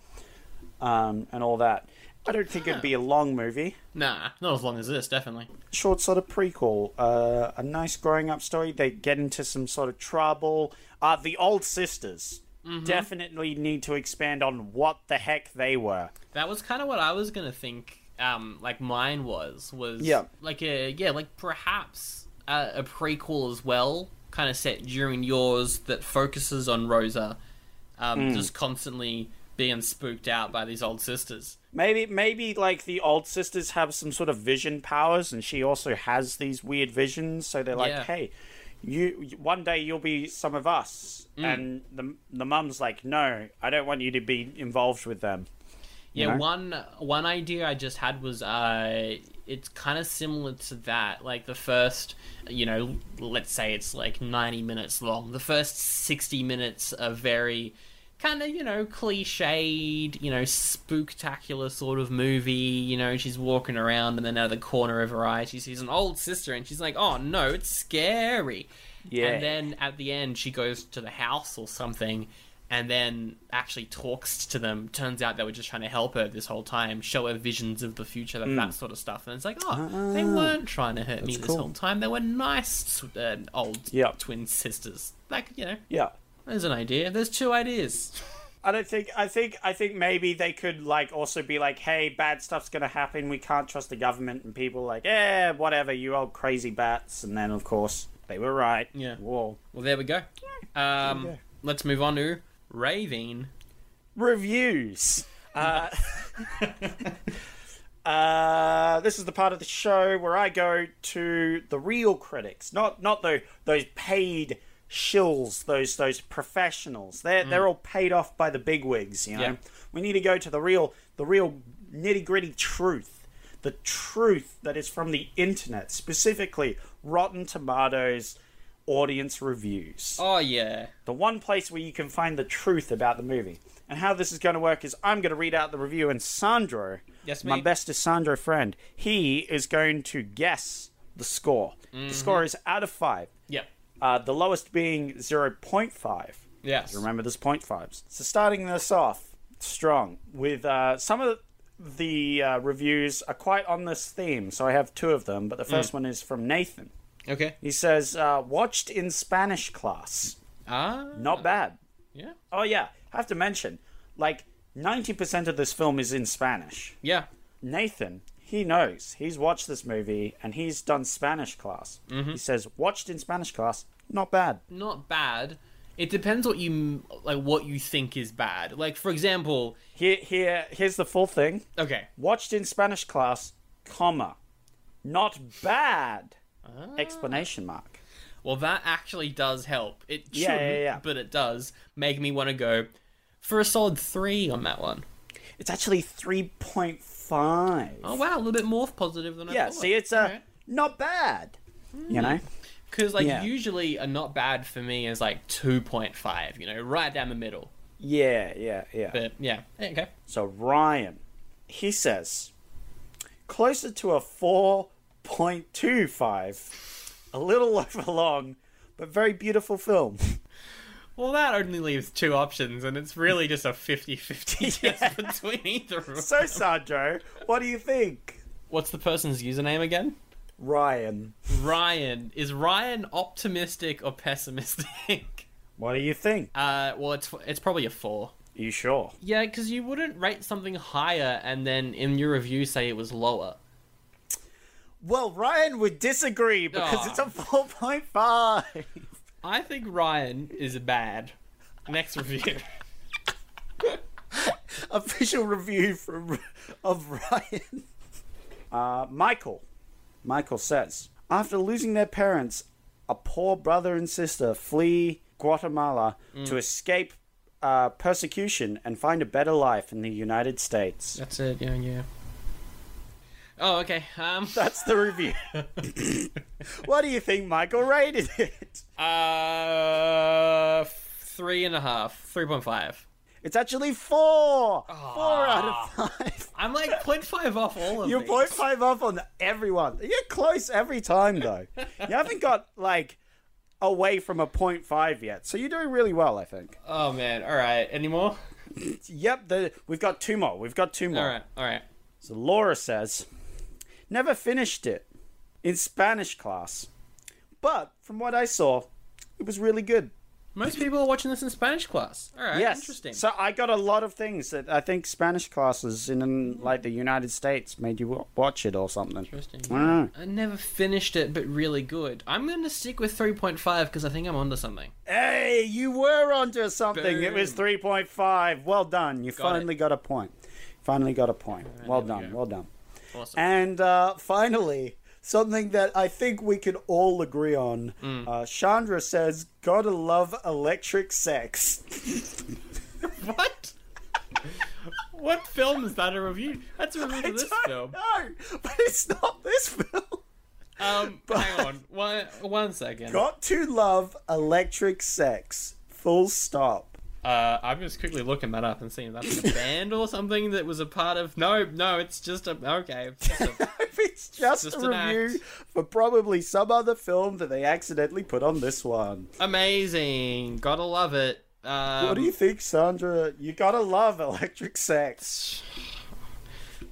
Speaker 2: Um, and all that. I don't think it'd be a long movie.
Speaker 3: Nah, not as long as this, definitely.
Speaker 2: Short sort of prequel, uh, a nice growing up story. They get into some sort of trouble. Uh, the old sisters definitely need to expand on what the heck they were.
Speaker 3: That was kind of what I was gonna think. Um, like mine was was
Speaker 2: Yeah.
Speaker 3: like a yeah, like perhaps a, a prequel as well, kind of set during yours that focuses on Rosa, um, just constantly being spooked out by these old sisters.
Speaker 2: Maybe maybe like the old sisters have some sort of vision powers, and she also has these weird visions. So they're like,
Speaker 3: Yeah.
Speaker 2: "Hey, you one day you'll be some of us."
Speaker 3: Mm.
Speaker 2: And the the mum's like, "No, I don't want you to be involved with them."
Speaker 3: Yeah,
Speaker 2: know?
Speaker 3: one one idea I just had was uh, it's kind of similar to that. Like the first, you know, let's say it's like ninety minutes long. The first sixty minutes are very kind of you know cliched, you know, spooktacular sort of movie. You know, she's walking around and then out of the corner of her eye, she sees an old sister and she's like, "Oh no, it's scary."
Speaker 2: Yeah.
Speaker 3: And then at the end, she goes to the house or something and then actually talks to them. Turns out they were just trying to help her this whole time, show her visions of the future, that, that sort of stuff. And it's like, oh, they weren't trying to hurt me this
Speaker 2: Hmm. Ah, cool.
Speaker 3: whole time. They were nice uh, old
Speaker 2: Yeah.
Speaker 3: twin sisters. Like, you know,
Speaker 2: Yeah.
Speaker 3: there's an idea. There's two ideas.
Speaker 2: I don't think I think I think maybe they could like also be like, hey, bad stuff's gonna happen. We can't trust the government and people like, eh, whatever, you old crazy bats. And then of course they were right.
Speaker 3: Yeah.
Speaker 2: Whoa.
Speaker 3: Well, there we go. Um, Let's move on to Raving.
Speaker 2: Reviews. Uh, uh, this is the part of the show where I go to the real critics, not not the, those paid shills, those those professionals. They're they're all paid off by the bigwigs, you know.
Speaker 3: Yeah.
Speaker 2: We need to go to the real the real nitty gritty truth, the truth that is from the internet, specifically Rotten Tomatoes audience reviews
Speaker 3: Oh, yeah.
Speaker 2: the one place where you can find the truth about the movie. And how this is going to work is I'm going to read out the review, and Sandro,
Speaker 3: Yes,
Speaker 2: my
Speaker 3: me.
Speaker 2: bestest Sandro friend, he is going to guess the score.
Speaker 3: Mm-hmm.
Speaker 2: The score is out of five,
Speaker 3: Yep.
Speaker 2: uh, the lowest being 0.5.
Speaker 3: Yes.
Speaker 2: Remember, there's point fives. So starting this off strong with uh, some of the uh, reviews are quite on this theme, so I have two of them.
Speaker 3: Mm.
Speaker 2: But the first one is from Nathan.
Speaker 3: Okay.
Speaker 2: He says, uh, "Watched in Spanish class,
Speaker 3: Ah.
Speaker 2: not bad."
Speaker 3: Yeah.
Speaker 2: Oh yeah, I have to mention, like ninety percent of this film is in Spanish.
Speaker 3: Yeah.
Speaker 2: Nathan, he knows. He's watched this movie and he's done Spanish class. He says, "Watched in Spanish class, not bad."
Speaker 3: not bad. It depends what you like what you think is bad. Like for example,
Speaker 2: Here, here, uh, here's the full thing.
Speaker 3: okay,
Speaker 2: Watched in Spanish class, comma, not bad! Explanation mark.
Speaker 3: well that actually does help. It shouldn't,
Speaker 2: Yeah, yeah, yeah.
Speaker 3: but it does make me want to go for a solid 3 on that one.
Speaker 2: It's actually three point five.
Speaker 3: Oh wow, a little bit more positive than I
Speaker 2: yeah,
Speaker 3: thought.
Speaker 2: see, it's a not bad. You know.
Speaker 3: cuz like
Speaker 2: yeah.
Speaker 3: usually a not bad for me is like 2.5, you know, right down the middle.
Speaker 2: Yeah, yeah, yeah.
Speaker 3: But yeah, okay.
Speaker 2: So Ryan, he says, closer to a 4.25, a little overlong, but very beautiful film.
Speaker 3: Well, that only leaves two options and it's really just a 50-50
Speaker 2: Yeah.
Speaker 3: just between either. of
Speaker 2: So,
Speaker 3: them.
Speaker 2: Sandro, what do you think?
Speaker 3: What's the person's username again?
Speaker 2: Ryan,
Speaker 3: Ryan, is Ryan optimistic or pessimistic?
Speaker 2: what do you think?
Speaker 3: Uh, well, it's it's probably a four.
Speaker 2: you sure?
Speaker 3: Yeah, because you wouldn't rate something higher and then in your review say it was lower.
Speaker 2: Well, Ryan would disagree because
Speaker 3: Aw.
Speaker 2: it's a 4.5.
Speaker 3: I think Ryan is bad. Next review.
Speaker 2: Official review from of Ryan. Uh, Michael. Michael says, after losing their parents, a poor brother and sister flee Guatemala to escape uh, persecution and find a better life in the United States.
Speaker 3: That's it. Yeah, yeah. Oh, okay. Um,
Speaker 2: That's the review. what do you think Michael rated it?
Speaker 3: uh, three and a half, three point five.
Speaker 2: It's actually four. Four out of five.
Speaker 3: I'm like point five off all of
Speaker 2: You're
Speaker 3: these.
Speaker 2: point five off on everyone. You're close every time though. you haven't got like away from a point five yet, so you're doing really well, I think.
Speaker 3: Oh man. All right. Any more?
Speaker 2: Yep, the, we've got two more. We've got two more.
Speaker 3: All right. All right.
Speaker 2: So Laura says, never finished it in Spanish class, but from what I saw, it was really good.
Speaker 3: Most people are watching this in Spanish class. All right.
Speaker 2: Yes.
Speaker 3: Interesting.
Speaker 2: So I got a lot of things that I think Spanish classes in like the United States made you wa- watch it or something.
Speaker 3: Interesting.
Speaker 2: I don't know.
Speaker 3: I never finished it, but really good. I'm gonna stick with three point five because I think I'm onto something.
Speaker 2: Hey, you were onto something. It was
Speaker 3: Boom.
Speaker 2: 3.5. Well done. You
Speaker 3: Got it.
Speaker 2: finally got a point. Finally got a point. well
Speaker 3: there we
Speaker 2: done.
Speaker 3: go.
Speaker 2: Well done.
Speaker 3: Awesome.
Speaker 2: And uh, finally, something that I think we can all agree on.
Speaker 3: Hmm.
Speaker 2: Uh, Chandra says, "Gotta love electric sex."
Speaker 3: What? what film is that a review? That's a review to this film.
Speaker 2: No, but it's not this film.
Speaker 3: Um, hang on. One, one second.
Speaker 2: Got to love electric sex. Full stop.
Speaker 3: Uh, I'm just quickly looking that up and seeing if that's a band or something that was a part of. No, no, it's just a. Okay. it's just a-
Speaker 2: If it's just,
Speaker 3: Just
Speaker 2: a
Speaker 3: an act.
Speaker 2: review for probably some other film that they accidentally put on this one.
Speaker 3: amazing. Gotta love it. Um,
Speaker 2: what do you think, Sandra? You gotta love electric sex.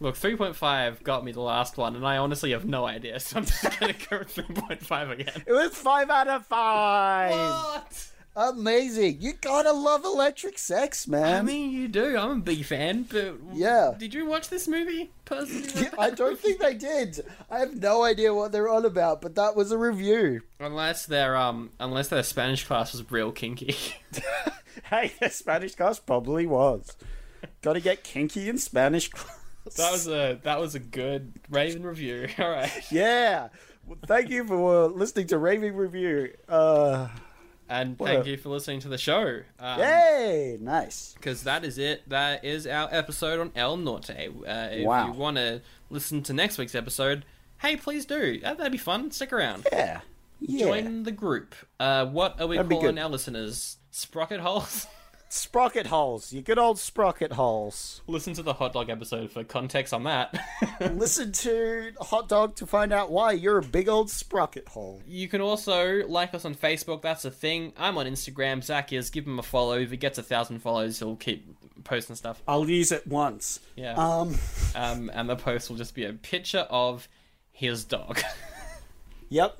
Speaker 3: Look, 3.5 got me the last one, and I honestly have no idea, so I'm just gonna go with 3.5 again.
Speaker 2: It was five out of five.
Speaker 3: What?
Speaker 2: Amazing. You gotta love electric sex, man.
Speaker 3: I mean, you do. I'm a big fan, but
Speaker 2: Yeah.
Speaker 3: Did you watch this movie personally?
Speaker 2: Yeah, I don't think they did. I have no idea what they're on about, but that was a review.
Speaker 3: Unless their um, unless their Spanish class was real kinky.
Speaker 2: Hey, the Spanish class probably was. Gotta get kinky in Spanish class.
Speaker 3: that was a that was a good Raven review. All right.
Speaker 2: Yeah. Well, thank you for uh, listening to Raving Review. Uh,
Speaker 3: And
Speaker 2: What
Speaker 3: thank
Speaker 2: a-
Speaker 3: you for listening to the show. Um,
Speaker 2: hey, nice.
Speaker 3: Because that is it. That is our episode on El Norte. Uh, if
Speaker 2: Wow.
Speaker 3: you want to listen to next week's episode, hey, please do. That, that'd be fun. Stick around.
Speaker 2: Yeah. Yeah.
Speaker 3: Join the group. Uh, what are we
Speaker 2: That'd be
Speaker 3: calling
Speaker 2: good.
Speaker 3: our listeners? Sprocket holes?
Speaker 2: Sprocket holes. You good old sprocket holes.
Speaker 3: listen to the hot dog episode for context on that.
Speaker 2: Listen to Hot Dog to find out why you're a big old sprocket hole.
Speaker 3: you can also like us on Facebook. That's a thing. I'm on Instagram. Zach is. Give him a follow. If he gets a thousand follows, he'll keep posting stuff.
Speaker 2: I'll use it once.
Speaker 3: Yeah.
Speaker 2: Um.
Speaker 3: Um, and the post will just be a picture of his dog.
Speaker 2: Yep.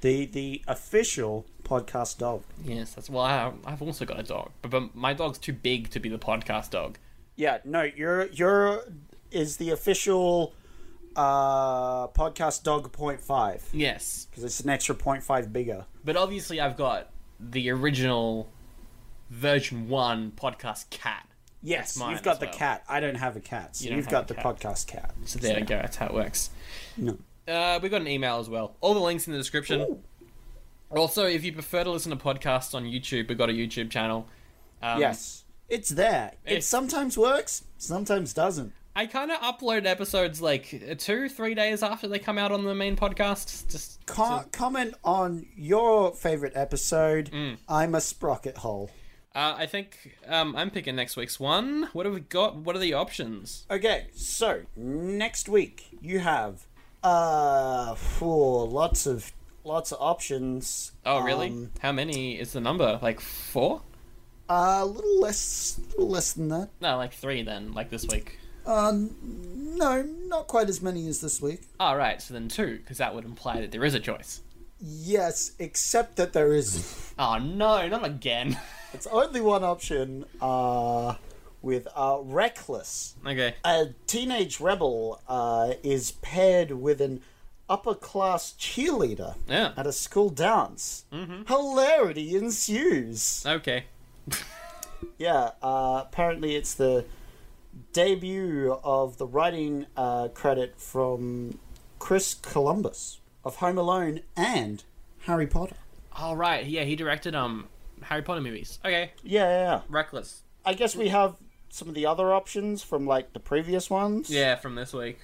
Speaker 2: The the official podcast dog.
Speaker 3: Yes, that's well. I, I've also got a dog, but, but my dog's too big to be the podcast dog.
Speaker 2: Yeah. No. Your your is the official uh podcast dog point five
Speaker 3: Yes,
Speaker 2: because it's an extra point five bigger.
Speaker 3: but obviously I've got the original version one podcast cat.
Speaker 2: Yes.
Speaker 3: mine
Speaker 2: You've got
Speaker 3: as
Speaker 2: the
Speaker 3: well.
Speaker 2: cat. I don't have a cat. So
Speaker 3: You
Speaker 2: you
Speaker 3: don't
Speaker 2: have
Speaker 3: have
Speaker 2: got the
Speaker 3: a cat.
Speaker 2: podcast cat.
Speaker 3: So there you go. That's how it works.
Speaker 2: No.
Speaker 3: Uh, we've got an email as well. All the links in the description.
Speaker 2: Ooh.
Speaker 3: Also, if you prefer to listen to podcasts on YouTube, we've got a YouTube channel. Um,
Speaker 2: Yes. It's there. It
Speaker 3: It's-
Speaker 2: sometimes works, sometimes doesn't.
Speaker 3: I kind of upload episodes like two, three days after they come out on the main podcast. Just
Speaker 2: Com- comment on your favorite episode. I'm a sprocket hole.
Speaker 3: uh, I think um, I'm picking next week's one. What have we got? What are the options?
Speaker 2: Okay, so next week you have uh for lots of lots of options.
Speaker 3: Oh, really?
Speaker 2: Um,
Speaker 3: How many is the number? Like four?
Speaker 2: Uh, a little less little less than that.
Speaker 3: No, like three then, like this week.
Speaker 2: No, not quite as many as this week.
Speaker 3: All right, so then two, because that would imply that there is a choice.
Speaker 2: Yes, except that there is
Speaker 3: Oh, no, not again.
Speaker 2: it's only one option uh with uh reckless.
Speaker 3: okay.
Speaker 2: a teenage rebel uh, is paired with an upper class cheerleader
Speaker 3: Yeah.
Speaker 2: at a school dance. Mm-hmm. Hilarity ensues.
Speaker 3: Okay.
Speaker 2: Yeah, uh, apparently it's the debut of the writing uh, credit from Chris Columbus of Home Alone and Harry Potter.
Speaker 3: All right. Yeah, he directed um Harry Potter movies. Okay.
Speaker 2: Yeah, yeah, yeah.
Speaker 3: Reckless.
Speaker 2: I guess we have some of the other options from like the previous ones.
Speaker 3: Yeah, from this week.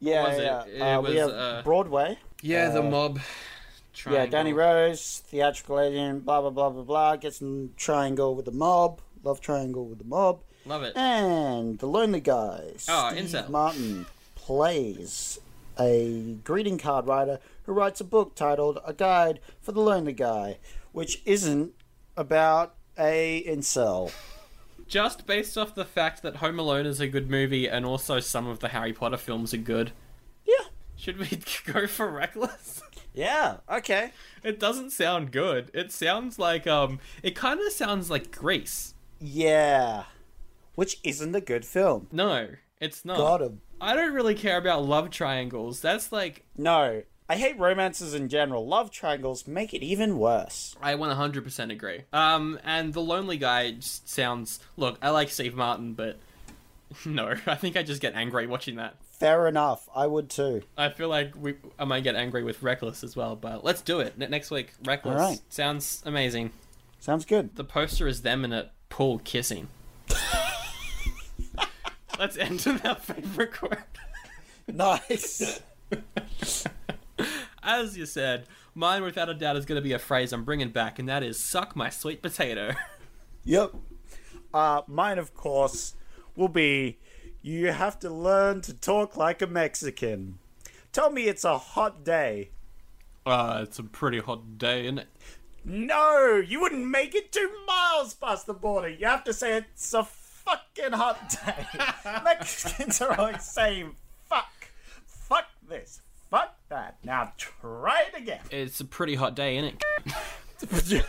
Speaker 2: yeah,
Speaker 3: was it?
Speaker 2: yeah.
Speaker 3: It
Speaker 2: uh, we
Speaker 3: was,
Speaker 2: have
Speaker 3: uh,
Speaker 2: Broadway.
Speaker 3: Yeah, the mob.
Speaker 2: Uh, Yeah, Danny Rose, theatrical agent, blah blah blah blah blah. Gets in triangle with the mob. Love triangle with the mob.
Speaker 3: Love it.
Speaker 2: And the lonely guy,
Speaker 3: Oh,
Speaker 2: Steve
Speaker 3: incel.
Speaker 2: Martin, plays a greeting card writer who writes a book titled "A Guide for the Lonely Guy," which isn't about a incel.
Speaker 3: Just based off the fact that Home Alone is a good movie and also some of the Harry Potter films are good,
Speaker 2: Yeah.
Speaker 3: should we go for Reckless?
Speaker 2: Yeah. Okay.
Speaker 3: It doesn't sound good. It sounds like um it kind of sounds like Grease.
Speaker 2: Yeah. Which isn't a good film.
Speaker 3: No, it's not.
Speaker 2: Got him.
Speaker 3: I don't really care about love triangles. That's like
Speaker 2: No. I hate romances in general. Love triangles make it even worse.
Speaker 3: I 100% agree. Um and The Lonely Guy just sounds Look, I like Steve Martin, but no, I think I just get angry watching that.
Speaker 2: Fair enough. I would too.
Speaker 3: I feel like we I might get angry with Reckless as well, but let's do it. Ne- next week, Reckless.
Speaker 2: All right.
Speaker 3: Sounds amazing.
Speaker 2: Sounds good.
Speaker 3: The poster is them in a pool kissing. Let's end on our favorite quote.
Speaker 2: Nice.
Speaker 3: As you said, mine without a doubt is going to be a phrase I'm bringing back, and that is "suck my sweet potato."
Speaker 2: yep.
Speaker 5: Uh, mine, of course, will be you have to learn to talk like a Mexican. Tell me it's a hot day.
Speaker 3: Uh, it's a pretty hot day, isn't it?
Speaker 5: No, you wouldn't make it two miles past the border. You have to say it's a fucking hot day. Mexicans are always saying fuck, fuck this, fuck that. Now try it again.
Speaker 3: It's a pretty hot day, isn't it?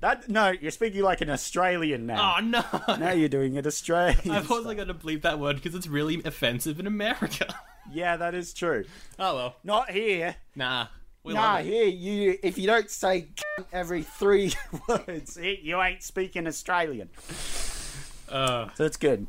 Speaker 5: That no, you're speaking like an Australian now.
Speaker 3: Oh no!
Speaker 5: now you're doing it Australian.
Speaker 3: I wasn't going to bleep that word because it's really offensive in America.
Speaker 5: Yeah, that is true.
Speaker 3: oh well,
Speaker 5: Not here.
Speaker 3: nah. We
Speaker 2: Nah,
Speaker 3: love it.
Speaker 2: here you. If you don't say every three words,
Speaker 5: See, eh, you ain't speaking Australian.
Speaker 3: Uh,
Speaker 5: So it's good.